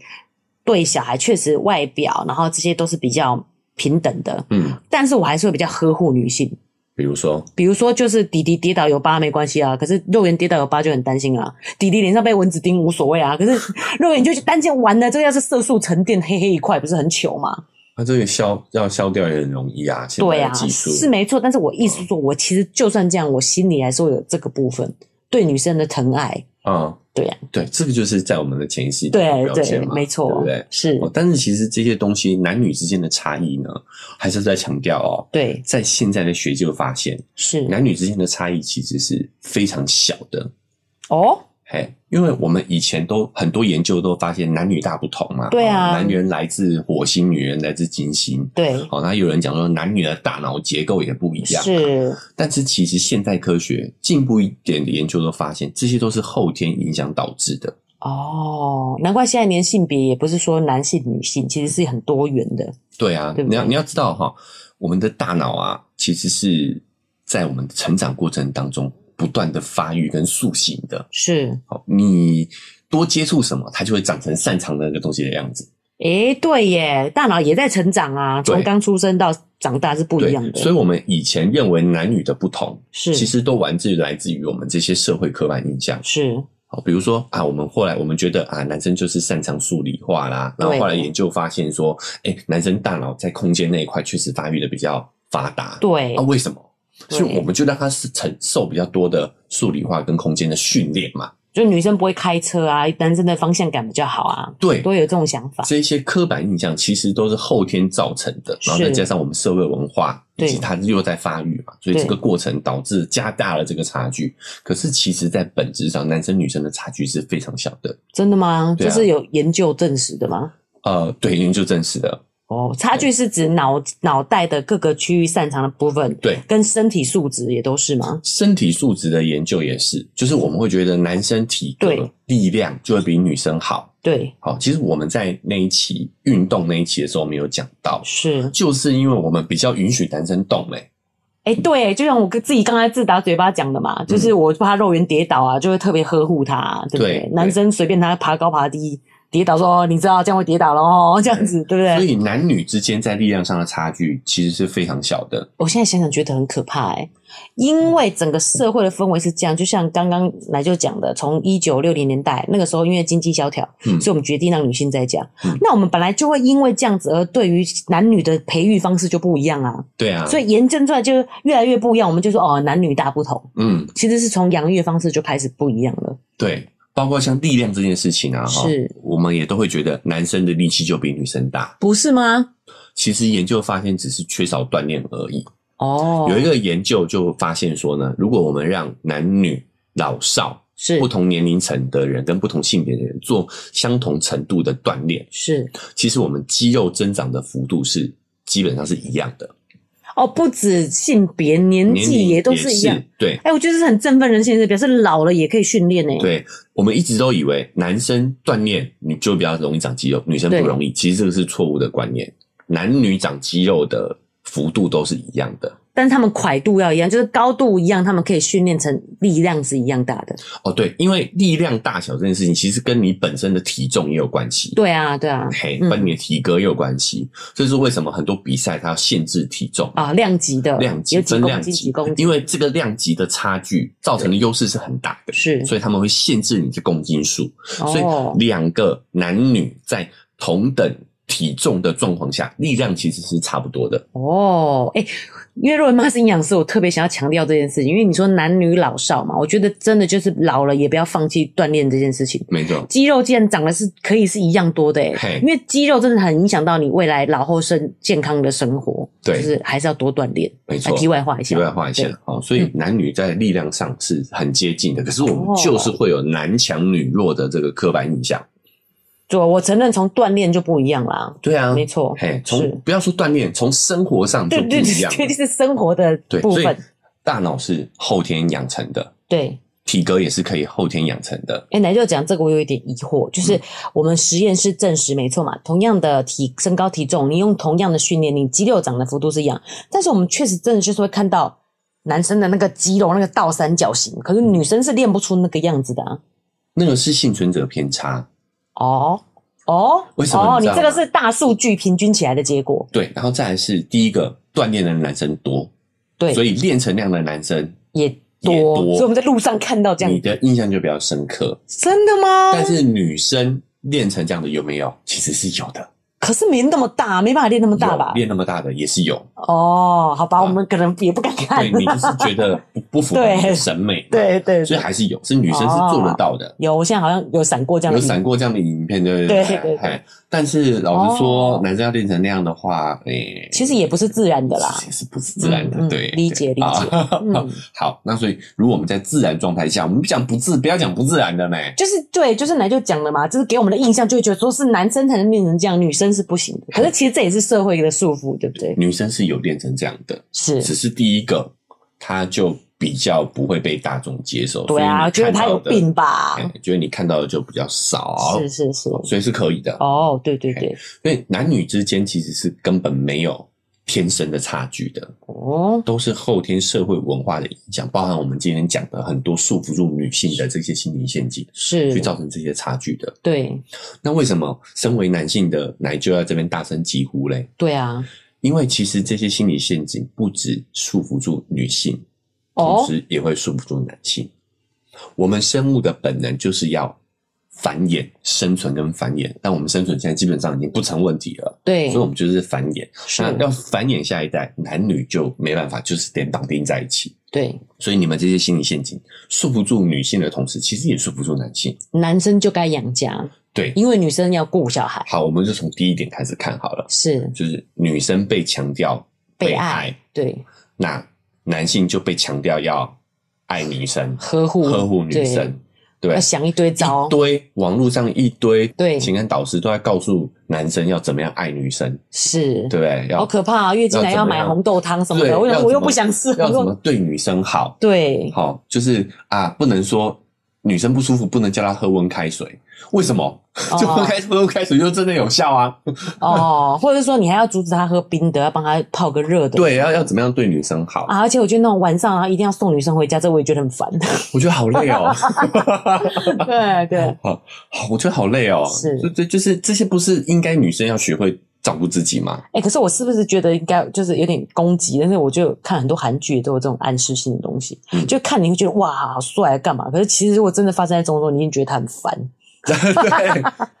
Speaker 1: 对小孩确实外表，然后这些都是比较平等的，
Speaker 2: 嗯，
Speaker 1: 但是我还是会比较呵护女性。
Speaker 2: 比如说，
Speaker 1: 比如说，就是弟弟跌倒有疤没关系啊，可是肉圆跌倒有疤就很担心啊。弟弟脸上被蚊子叮无所谓
Speaker 2: (laughs)
Speaker 1: 啊，可是肉圆就担心完了，这个要是色素沉淀黑黑一块，不是很糗吗？
Speaker 2: 他啊这个消要消掉也很容易啊，现
Speaker 1: 对
Speaker 2: 在
Speaker 1: 啊
Speaker 2: 的，技术嗯
Speaker 1: 是没错。但是我意思说，我其实就算这样，我心里还是会有这个部分对女生的疼爱。
Speaker 2: 啊，
Speaker 1: 对啊
Speaker 2: 对，这个就是在我们的潜意识里面
Speaker 1: 对
Speaker 2: 的标
Speaker 1: 对
Speaker 2: 签，嘛，
Speaker 1: 没错，
Speaker 2: 对不对？
Speaker 1: 是
Speaker 2: 哦，但是其实这些东西男女之间的差异呢，还是在强调哦，
Speaker 1: 对，
Speaker 2: 在现在的学界发现，
Speaker 1: 是
Speaker 2: 男女之间的差异其实是非常小的。
Speaker 1: 哦，
Speaker 2: 嘿，因为我们以前都很多研究都发现男女大不同嘛，
Speaker 1: 对啊
Speaker 2: 哦男人来自火星，女人来自金星。
Speaker 1: 对，
Speaker 2: 哦，那有人讲说男女的大脑结构也不一样，。
Speaker 1: 是
Speaker 2: 但是其实现代科学进步一点的研究都发现，这些都是后天影响导致的。
Speaker 1: 哦，难怪现在连性别也不是说男性女性，其实是很多元的。
Speaker 2: 对啊，
Speaker 1: 对不对
Speaker 2: 你要你要知道哈、我们的大脑啊，其实是在我们成长过程当中不断的发育跟塑形的。
Speaker 1: 是，
Speaker 2: 好，你多接触什么，它就会长成擅长的那个东西的样子。
Speaker 1: 诶，对耶，大脑也在成长啊，
Speaker 2: 对
Speaker 1: 从刚出生到长大是不一
Speaker 2: 对
Speaker 1: 样，的。
Speaker 2: 所以我们以前认为男女的不同，
Speaker 1: 是
Speaker 2: 其实都源自于来自于我们这些社会刻板印象。
Speaker 1: 是
Speaker 2: 好，比如说啊，我们后来我们觉得啊，男生就是擅长数理化啦，
Speaker 1: 对哦
Speaker 2: 然后后来研究发现说，哎，男生大脑在空间那一块确实发育的比较发达。
Speaker 1: 对
Speaker 2: 啊，为什么？
Speaker 1: 对
Speaker 2: 所以我们就让他是承受比较多的数理化跟空间的训练嘛。
Speaker 1: 就女生不会开车啊，男生的方向感比较好啊，
Speaker 2: 对，
Speaker 1: 都会有这种想法。
Speaker 2: 这些刻板印象其实都是后天造成的，
Speaker 1: 是
Speaker 2: 然后再加上我们社会文化以
Speaker 1: 对
Speaker 2: 及它又在发育嘛，所以
Speaker 1: 对
Speaker 2: 这个过程导致加大了这个差距。可是其实，在本质上，男生女生的差距是非常小的。
Speaker 1: 真的吗？
Speaker 2: 对
Speaker 1: 这
Speaker 2: 啊
Speaker 1: 是有研究证实的吗？
Speaker 2: 呃，对，研究证实的，
Speaker 1: 哦，差距是指脑脑袋的各个区域擅长的部分，
Speaker 2: 对，
Speaker 1: 跟身体素质也都是吗？
Speaker 2: 身体素质的研究也是，就是我们会觉得男生体格
Speaker 1: 对
Speaker 2: 力量就会比女生好。
Speaker 1: 对，
Speaker 2: 好，其实我们在那一期运动那一期的时候没有讲到，
Speaker 1: 是。
Speaker 2: 就是因为我们比较允许男生动嘞、
Speaker 1: 诶，哎对，就像我自己刚才自打嘴巴讲的嘛，就是我怕肉圆跌倒啊，就会特别呵护他，对不对？
Speaker 2: 嗯对
Speaker 1: 男生随便他爬高爬低，跌倒说哦你知道这样会跌倒咯，这样子，对不对？
Speaker 2: 所以男女之间在力量上的差距其实是非常小的。
Speaker 1: 我现在想想觉得很可怕哎、因为整个社会的氛围是这样，就像刚刚来就讲的，从一九六零年代那个时候，因为经济萧条，
Speaker 2: 嗯
Speaker 1: 所以我们决定让女性在家。
Speaker 2: 嗯
Speaker 1: 那我们本来就会因为这样子而对于男女的培育方式就不一样啊，
Speaker 2: 对啊，
Speaker 1: 所以研究出来就越来越不一样。我们就说哦，男女大不同，
Speaker 2: 嗯，
Speaker 1: 其实是从养育的方式就开始不一样了。
Speaker 2: 对，包括像力量这件事情啊，哈
Speaker 1: 是，
Speaker 2: 我们也都会觉得男生的力气就比女生大。
Speaker 1: 不是吗？
Speaker 2: 其实研究发现，只是缺少锻炼而已。
Speaker 1: 哦，
Speaker 2: 有一个研究就发现说呢，如果我们让男女老少
Speaker 1: 是
Speaker 2: 不同年龄层的人跟不同性别的人做相同程度的锻炼，
Speaker 1: 是
Speaker 2: 其实我们肌肉增长的幅度是基本上是一样的，
Speaker 1: 哦，不止性别，年
Speaker 2: 年
Speaker 1: 纪
Speaker 2: 龄
Speaker 1: 也都
Speaker 2: 是
Speaker 1: 是一样。
Speaker 2: 对
Speaker 1: 哎、我觉得是很振奋人心的事，表示老了也可以训练欸呢。，
Speaker 2: 对，我们一直都以为男生锻炼你就比较容易长肌肉，女生
Speaker 1: 对
Speaker 2: 不容易，其实这个是错误的观念，男女长肌肉的幅度都是一样的。
Speaker 1: 但是他们块度要一样，就是高度一样，他们可以训练成力量是一样大的。
Speaker 2: 哦，对，因为力量大小这件事情，其实跟你本身的体重也有关系，
Speaker 1: 对啊，对啊，
Speaker 2: 嘿，
Speaker 1: 嗯
Speaker 2: 跟你的体格也有关系。这是为什么很多比赛它要限制体重，
Speaker 1: 啊，量级的，
Speaker 2: 量级
Speaker 1: 有几
Speaker 2: 分
Speaker 1: 公
Speaker 2: 量
Speaker 1: 斤
Speaker 2: 级
Speaker 1: 几公，斤，
Speaker 2: 因为这个量级的差距造成的优势是很大的，
Speaker 1: 是
Speaker 2: 所以他们会限制你的公斤数。所
Speaker 1: 哦
Speaker 2: 以两个男女在同等体重的状况下，力量其实是差不多的。
Speaker 1: 哦，哎、因为若文妈是营养师，我特别想要强调这件事情，因为你说男女老少嘛，我觉得真的就是老了也不要放弃锻炼这件事情。
Speaker 2: 没错，
Speaker 1: 肌肉既然长得是可以是一样多的、欸
Speaker 2: 嘿，
Speaker 1: 因为肌肉真的很影响到你未来老后生健康的生活，
Speaker 2: 对
Speaker 1: 就是还是要多锻炼。
Speaker 2: 没
Speaker 1: 啊
Speaker 2: 错。
Speaker 1: 题外话一下，
Speaker 2: 题外话一下
Speaker 1: 对，
Speaker 2: 哦，所以男女在力量上是很接近的，可是我们就是会有男强女弱的这个刻板印象。
Speaker 1: 对，我承认从锻炼就不一样啦，
Speaker 2: 对啊，
Speaker 1: 没错，
Speaker 2: 嘿，
Speaker 1: 是
Speaker 2: 从不要说锻炼，从生活上就
Speaker 1: 对
Speaker 2: 不
Speaker 1: 对
Speaker 2: 一样
Speaker 1: 对，。就是生活的
Speaker 2: 对，
Speaker 1: 部
Speaker 2: 所以
Speaker 1: 分，
Speaker 2: 大脑是后天养成的，
Speaker 1: 对。
Speaker 2: 体格也是可以后天养成的。
Speaker 1: 哎，奶就讲这个，我有一点疑惑，就是
Speaker 2: 嗯
Speaker 1: 我们实验室证实没错嘛，同样的体身高体重，你用同样的训练，你肌肉长的幅度是一样，但是我们确实真的就是会看到男生的那个肌肉那个倒三角形，可是女生是练不出那个样子的啊。
Speaker 2: 那个是幸存者偏差，
Speaker 1: 哦哦，
Speaker 2: 为什么
Speaker 1: 哦，
Speaker 2: 你
Speaker 1: 你
Speaker 2: 知道
Speaker 1: 这个
Speaker 2: 吗
Speaker 1: 是大数据平均起来的结果，
Speaker 2: 对，然后再来是第一个锻炼的男生多，
Speaker 1: 对，
Speaker 2: 所以练成那样的男生，
Speaker 1: 也多，
Speaker 2: 也多
Speaker 1: 所以我们在路上看到这
Speaker 2: 你
Speaker 1: 样，
Speaker 2: 的印象就比较深刻。
Speaker 1: 真的吗？
Speaker 2: 但是女生练成这样的有没有？其实是有的，
Speaker 1: 可是没那么大，没办法练那么大
Speaker 2: 有
Speaker 1: 吧？
Speaker 2: 练那么大的
Speaker 1: (laughs)
Speaker 2: 也是有。
Speaker 1: 哦，好吧，
Speaker 2: 啊
Speaker 1: 我们可能也不敢看
Speaker 2: 对。你就是觉得
Speaker 1: (laughs)
Speaker 2: 不不符合你
Speaker 1: 对
Speaker 2: 的审美，
Speaker 1: 对对哦
Speaker 2: 所以
Speaker 1: 对，
Speaker 2: 还是有，是女生是做得到的。
Speaker 1: 有，我现在好像有闪过这样
Speaker 2: 有
Speaker 1: 的
Speaker 2: 闪过这样的影片，对
Speaker 1: 对对
Speaker 2: 对
Speaker 1: 对
Speaker 2: 哎但是老实说
Speaker 1: 哦，
Speaker 2: 男生要练成那样的话，诶，
Speaker 1: 其实也不是自然的啦。
Speaker 2: 其实不是自然
Speaker 1: 嗯嗯
Speaker 2: 的，对，
Speaker 1: 理解
Speaker 2: 对啊
Speaker 1: 理解嗯
Speaker 2: (laughs) 好，那所以如果我们在自然状态下，我们不讲不自，不要讲不自然的呢。
Speaker 1: 就是对，就是奶就讲了嘛，就是给我们的印象就会觉得说是男生才能变成这样，女生是不行的。可是其实这也是社会的束缚，对不对？
Speaker 2: 女生是有练成这样的，
Speaker 1: 是，
Speaker 2: 只是第一个，她就比较不会被大众接受，
Speaker 1: 对啊，
Speaker 2: 所
Speaker 1: 觉
Speaker 2: 以
Speaker 1: 得
Speaker 2: 你看
Speaker 1: 他
Speaker 2: 到
Speaker 1: 有
Speaker 2: 的
Speaker 1: 病吧？
Speaker 2: 哎觉得你看到的就比较少，
Speaker 1: 是是是，
Speaker 2: 所以是可以的。
Speaker 1: 哦，对对对，
Speaker 2: 所以男女之间其实是根本没有天生的差距的，
Speaker 1: 哦，
Speaker 2: 都是后天社会文化的影响，包含我们今天讲的很多束缚住女性的这些心理陷阱，
Speaker 1: 是
Speaker 2: 去，造成这些差距的。
Speaker 1: 对
Speaker 2: 那为什么身为男性的奶就要这边大声疾呼嘞？
Speaker 1: 对啊，
Speaker 2: 因为其实这些心理陷阱不止束缚住女性，
Speaker 1: 哦
Speaker 2: 同时也会束缚住男性。我们生物的本能就是要繁衍、生存跟繁衍，但我们生存现在基本上已经不成问题了，
Speaker 1: 对
Speaker 2: 所以我们就是繁衍。
Speaker 1: 是，
Speaker 2: 那要繁衍下一代，男女就没办法，就是得绑定在一起。
Speaker 1: 对，
Speaker 2: 所以你们这些心理陷阱束缚住女性的同时，其实也束缚住男性。
Speaker 1: 男生就该养家，
Speaker 2: 对，
Speaker 1: 因为女生要顾小孩，
Speaker 2: 好，我们就从第一点开始看好了，
Speaker 1: 是
Speaker 2: 就是女生被强调
Speaker 1: 被爱，对，
Speaker 2: 那男性就被强调要爱女生、
Speaker 1: 呵护
Speaker 2: 呵护女生，对
Speaker 1: 要，想一堆招
Speaker 2: 一，堆网络上一堆
Speaker 1: 对
Speaker 2: 情感导师都在告诉男生要怎么样爱女生，
Speaker 1: 是，
Speaker 2: 对不对？要
Speaker 1: 好可怕啊！月经来
Speaker 2: 要
Speaker 1: 要
Speaker 2: 怎么
Speaker 1: 买
Speaker 2: 样
Speaker 1: 红豆汤什么
Speaker 2: 对
Speaker 1: 的，我
Speaker 2: 要
Speaker 1: 又
Speaker 2: 怎
Speaker 1: 我又
Speaker 2: 么
Speaker 1: 不想吃
Speaker 2: 要
Speaker 1: 红
Speaker 2: 怎么
Speaker 1: 豆，
Speaker 2: 对女生好，
Speaker 1: 对，
Speaker 2: 好、就是啊，不能说女生不舒服不能叫她喝温开水，为什么？ (laughs) (laughs) 就温开喝温开水就真的有效啊？
Speaker 1: 哦，或者说你还要阻止他喝冰的，要帮他泡个热的，
Speaker 2: 对，要要怎么样对女生好？
Speaker 1: 啊，而且我觉得那种晚上啊，一定要送女生回家，这我也觉得很
Speaker 2: (laughs)
Speaker 1: 烦，
Speaker 2: 我觉得好
Speaker 1: (laughs)
Speaker 2: 累哦。
Speaker 1: 对对，
Speaker 2: 好好，我觉得好累哦。
Speaker 1: 是
Speaker 2: 就就就是这些，不是应该女生要学会照顾自己吗？ (laughs)
Speaker 1: 哎，可是我是不是觉得应该就是有点攻击？但是我就看很多韩剧都有这种暗示性的东西，
Speaker 2: 嗯
Speaker 1: 就看你会觉得哇好帅干嘛？可是其实如果真的发生在中国，你一定觉得他很烦，
Speaker 2: 对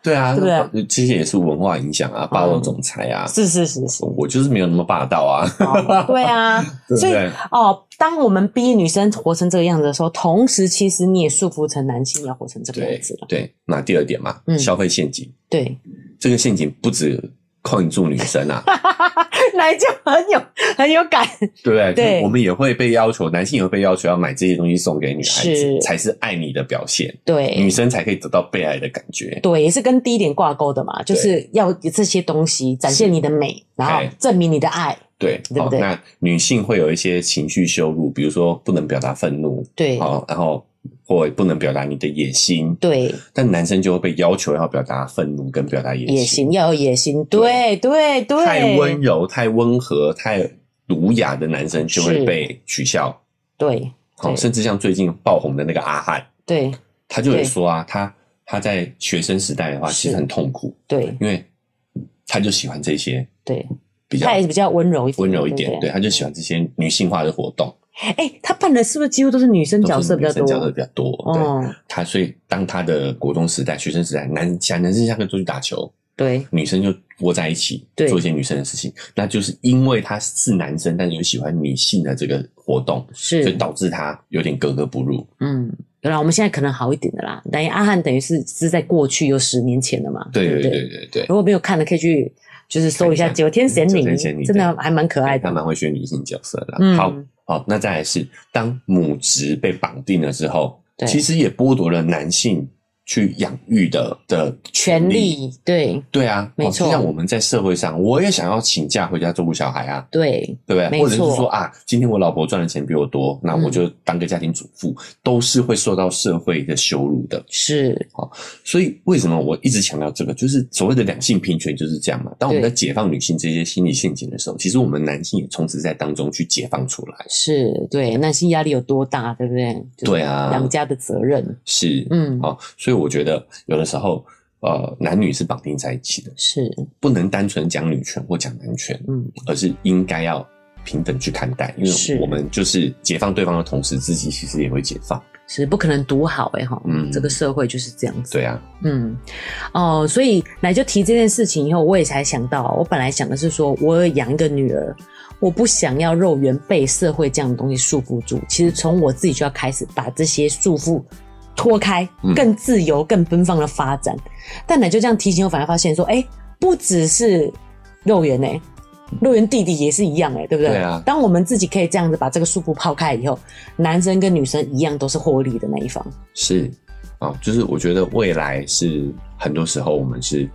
Speaker 2: 对啊，
Speaker 1: 对不对
Speaker 2: 这些也是文化影响啊，霸道总裁啊，
Speaker 1: 是是是是，
Speaker 2: 我就是没有那么霸道啊，
Speaker 1: 哦对啊，
Speaker 2: (laughs) 对不
Speaker 1: 所以
Speaker 2: 对？
Speaker 1: 哦，当我们逼女生活成这个样子的时候，同时其实你也束缚成男性要活成这个样
Speaker 2: 对
Speaker 1: 子了。
Speaker 2: 对，那第二点嘛
Speaker 1: 嗯，
Speaker 2: 消费陷阱，
Speaker 1: 对，
Speaker 2: 这个陷阱不止控住女生
Speaker 1: (laughs)
Speaker 2: 啊，
Speaker 1: 来就很有很有感，
Speaker 2: 对不对？
Speaker 1: 对
Speaker 2: 就我们也会被要求，男性也会被要求要买这些东西送给女孩
Speaker 1: 是
Speaker 2: 子，才是爱你的表现，女
Speaker 1: 对
Speaker 2: 生才可以得到被爱的感觉。
Speaker 1: 对，也是跟第一点挂钩的嘛，就是要有这些东西展现你的美，然后
Speaker 2: 哎
Speaker 1: 证明你的爱，
Speaker 2: 对，
Speaker 1: 对不
Speaker 2: 好、
Speaker 1: 对
Speaker 2: 那女性会有一些情绪羞辱，比如说不能表达愤怒，
Speaker 1: 对
Speaker 2: 好、然后或不能表达你的野心，
Speaker 1: 对，
Speaker 2: 但男生就会被要求要表达愤怒跟表达野心，
Speaker 1: 野心要有野心，对对对，
Speaker 2: 太温柔、太温和、太儒雅的男生就会
Speaker 1: 是
Speaker 2: 被取笑。
Speaker 1: 对
Speaker 2: 好，
Speaker 1: 对
Speaker 2: 甚至像最近爆红的那个阿汉，
Speaker 1: 对
Speaker 2: 他就有
Speaker 1: 对
Speaker 2: 说啊，他他在学生时代的话，
Speaker 1: 是
Speaker 2: 其实很痛苦，
Speaker 1: 对
Speaker 2: 因为他就喜欢这些
Speaker 1: 对，
Speaker 2: 比较
Speaker 1: 他也是比较温柔一点，
Speaker 2: 温柔一
Speaker 1: 对
Speaker 2: 点，
Speaker 1: 不
Speaker 2: 对，他就喜欢这些女性化的活动，
Speaker 1: 哎、他扮的是不是几乎都是女生角色比较
Speaker 2: 都是女生角色
Speaker 1: 多？
Speaker 2: 比较多。对，
Speaker 1: 哦，
Speaker 2: 他所以当他的国中时代、学生时代，男小男生下课就去打球，
Speaker 1: 对
Speaker 2: 女生就窝在一起
Speaker 1: 对
Speaker 2: 做一些女生的事情，那就是因为他是男生，但是又喜欢女性的这个活动，所以
Speaker 1: 是，
Speaker 2: 导致他有点格格不入。
Speaker 1: 嗯，有啦，我们现在可能好一点的啦。等于阿汉等于是是在过去有十年前的嘛，
Speaker 2: 对
Speaker 1: 不
Speaker 2: 对对对对，
Speaker 1: 如果没有看的，可以去就是搜一下
Speaker 2: 看
Speaker 1: 《
Speaker 2: 一下
Speaker 1: 九天神
Speaker 2: 九
Speaker 1: 女
Speaker 2: 天玄女》，
Speaker 1: 真的还蛮可爱
Speaker 2: 他
Speaker 1: 的。
Speaker 2: 蛮会选女性角色的啦。
Speaker 1: 嗯
Speaker 2: 好，好，那再来是当母职被绑定了之后，
Speaker 1: 对
Speaker 2: 其实也剥夺了男性去养育的的
Speaker 1: 权
Speaker 2: 利。
Speaker 1: 力，对
Speaker 2: 对啊，
Speaker 1: 没
Speaker 2: 哦
Speaker 1: 错
Speaker 2: 就像我们在社会上，我也想要请假回家照顾小孩啊，
Speaker 1: 对
Speaker 2: 对不
Speaker 1: 没
Speaker 2: 对？或者
Speaker 1: 错嗯
Speaker 2: 是说啊，今天我老婆赚的钱比我多，那我就当个家庭主妇，都是会受到社会的羞辱的。
Speaker 1: 是，
Speaker 2: 所以为什么我一直强调这个，就是所谓的两性平权就是这样嘛。当我们
Speaker 1: 对
Speaker 2: 在解放女性这些心理陷阱的时候，其实我们男性也从此在当中去解放出来。
Speaker 1: 是对男性压力有多大，对不对？就是
Speaker 2: 对啊
Speaker 1: 养家的责任，
Speaker 2: 是，
Speaker 1: 嗯，
Speaker 2: 好、所以我觉得有的时候，呃，男女是绑定在一起的，
Speaker 1: 是，
Speaker 2: 不能单纯讲女权或讲男权，
Speaker 1: 嗯，
Speaker 2: 而是应该要平等去看待，因
Speaker 1: 是
Speaker 2: 为我们就是解放对方的同时，自己其实也会解放。
Speaker 1: 是不可能独好哎哈，
Speaker 2: 嗯
Speaker 1: 这个社会就是这样子。
Speaker 2: 对啊，
Speaker 1: 嗯，哦，所以奶就提这件事情以后，我也才想到，我本来想的是说，我有养一个女儿，我不想要肉圆被社会这样的东西束缚住。其实从我自己就要开始把这些束缚脱开
Speaker 2: 嗯，
Speaker 1: 更自由、更奔放的发展。但奶就这样提醒我，反而发现说，哎、不只是肉圆呢、肉圆弟弟也是一样哎、对不对？
Speaker 2: 对啊
Speaker 1: 当我们自己可以这样子把这个束缚抛开以后，男生跟女生一样都是获利的那一方。
Speaker 2: 是啊、就是我觉得未来是很多时候我们是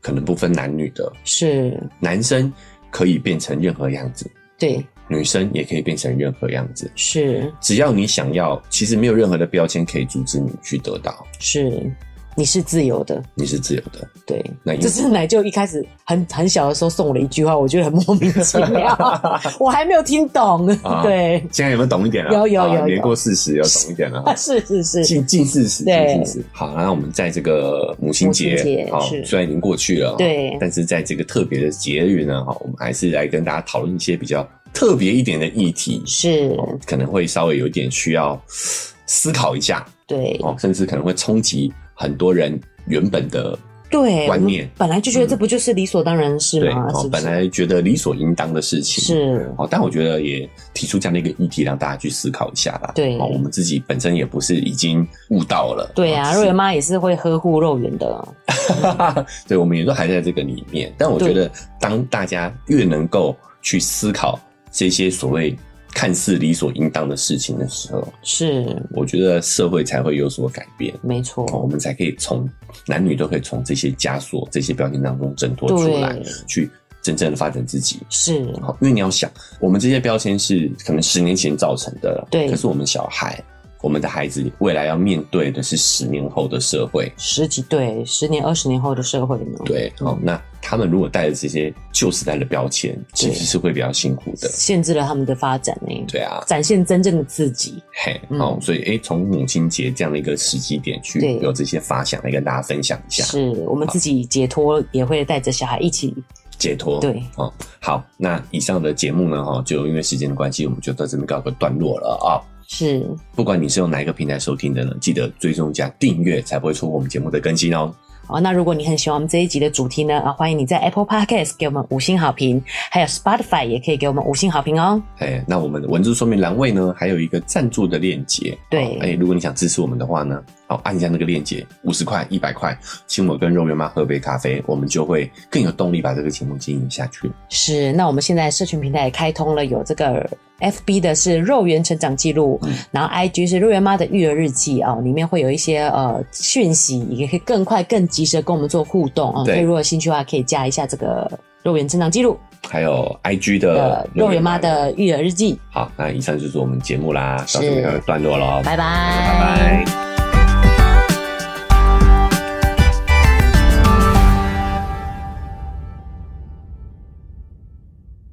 Speaker 2: 可能不分男女的，
Speaker 1: 是，
Speaker 2: 男生可以变成任何样子，
Speaker 1: 对，
Speaker 2: 女生也可以变成任何样子。
Speaker 1: 是。
Speaker 2: 只要你想要，其实没有任何的标签可以阻止你去得到，
Speaker 1: 是，你是自由的，
Speaker 2: 你是自由的。
Speaker 1: 对
Speaker 2: 那。因
Speaker 1: 这是奶舅一开始很很小的时候送我的一句话，我觉得很莫名其妙，
Speaker 2: (laughs)
Speaker 1: 我还没有听懂。
Speaker 2: 啊
Speaker 1: 对，
Speaker 2: 现在有没有懂一点了？
Speaker 1: 有有
Speaker 2: 啊
Speaker 1: 有
Speaker 2: 年
Speaker 1: 有
Speaker 2: 过四十有懂一点
Speaker 1: (laughs)
Speaker 2: 了哈。
Speaker 1: 是是是，
Speaker 2: 近近四十，近
Speaker 1: 对
Speaker 2: 四十。好，然后我们在这个母亲
Speaker 1: 母亲
Speaker 2: 节
Speaker 1: 节，
Speaker 2: 好，
Speaker 1: 是
Speaker 2: 虽然已经过去了，
Speaker 1: 对
Speaker 2: 但是在这个特别的节日呢，哈，我们还是来跟大家讨论一些比较特别一点的议题，
Speaker 1: 是，
Speaker 2: 哦可能会稍微有一点需要思考一下，
Speaker 1: 对
Speaker 2: 哦，甚至可能会冲击很多人原本的
Speaker 1: 对。
Speaker 2: 观念
Speaker 1: 我们本来就觉得这不就是理所当然的事
Speaker 2: 对，
Speaker 1: 吗？
Speaker 2: 哦
Speaker 1: 哎是，不
Speaker 2: 本
Speaker 1: 是？
Speaker 2: 来觉得理所应当的事情，
Speaker 1: 是，
Speaker 2: 哦，但我觉得也提出这样的一个议题，让大家去思考一下啦。
Speaker 1: 对
Speaker 2: 哦，我们自己本身也不是已经悟到了。
Speaker 1: 对啊，
Speaker 2: 哦
Speaker 1: 肉圆妈也是会呵护肉圆的，
Speaker 2: (laughs) 对，我们也都还在这个里面。但我觉得，当大家越能够去思考这些所谓看似理所应当的事情的时候，
Speaker 1: 是
Speaker 2: 我觉得社会才会有所改变。
Speaker 1: 没
Speaker 2: 哦，我
Speaker 1: 错，
Speaker 2: 们才可以从男女都可以从这些枷锁、这些标签当中挣脱出来
Speaker 1: 对，
Speaker 2: 去真正的发展自己。
Speaker 1: 是，
Speaker 2: 好，因为你要想，我们这些标签是可能十年前造成的，
Speaker 1: 对
Speaker 2: 可是我们小孩，我们的孩子未来要面对的是十年后的社会，
Speaker 1: 十几对十年、二十年后的社会呢？
Speaker 2: 对，好、
Speaker 1: 嗯
Speaker 2: 那他们如果带着这些旧时代的标签，其实是会比较辛苦的。
Speaker 1: 限制了他们的发展呢、
Speaker 2: 对啊，
Speaker 1: 展现真正的自己，
Speaker 2: 嘿，
Speaker 1: 嗯
Speaker 2: 哦，所以诶，从母亲节这样的一个时机点去
Speaker 1: 对
Speaker 2: 有这些发想来跟大家分享一下，
Speaker 1: 是我们自己解脱，也会带着小孩一起
Speaker 2: 解脱。
Speaker 1: 对，
Speaker 2: 哦，好，那以上的节目呢，哈、哦，就因为时间的关系，我们就到这边告个段落了啊、
Speaker 1: 是
Speaker 2: 不管你是用哪一个平台收听的呢，记得追踪加订阅，才不会错过我们节目的更新哦。
Speaker 1: 哦，那如果你很喜欢我们这一集的主题呢，啊，欢迎你在 Apple Podcast 给我们五星好评，还有 Spotify 也可以给我们五星好评哦。
Speaker 2: 哎，那我们文字说明栏位呢，还有一个赞助的链接。
Speaker 1: 对
Speaker 2: 哎，如果你想支持我们的话呢，好，按一下那个链接，五十块、一百块，请我跟肉圆妈喝杯咖啡，我们就会更有动力把这个节目经营下去。
Speaker 1: 是，那我们现在社群平台也开通了，有这个 FB 的是肉圆成长记录，然后 IG 是肉圆妈的育儿日记啊、哦，里面会有一些呃讯息，也可以更快、更及时的跟我们做互动啊。哦、
Speaker 2: 对
Speaker 1: 所以如果有兴趣的话，可以加一下这个肉圆成长记录
Speaker 2: 还有 IG
Speaker 1: 的
Speaker 2: 的
Speaker 1: 呃肉圆妈的育儿日记。
Speaker 2: 好，那以上就是我们节目啦，到这
Speaker 1: 是
Speaker 2: 边告一段落喽，
Speaker 1: 拜拜，
Speaker 2: 拜拜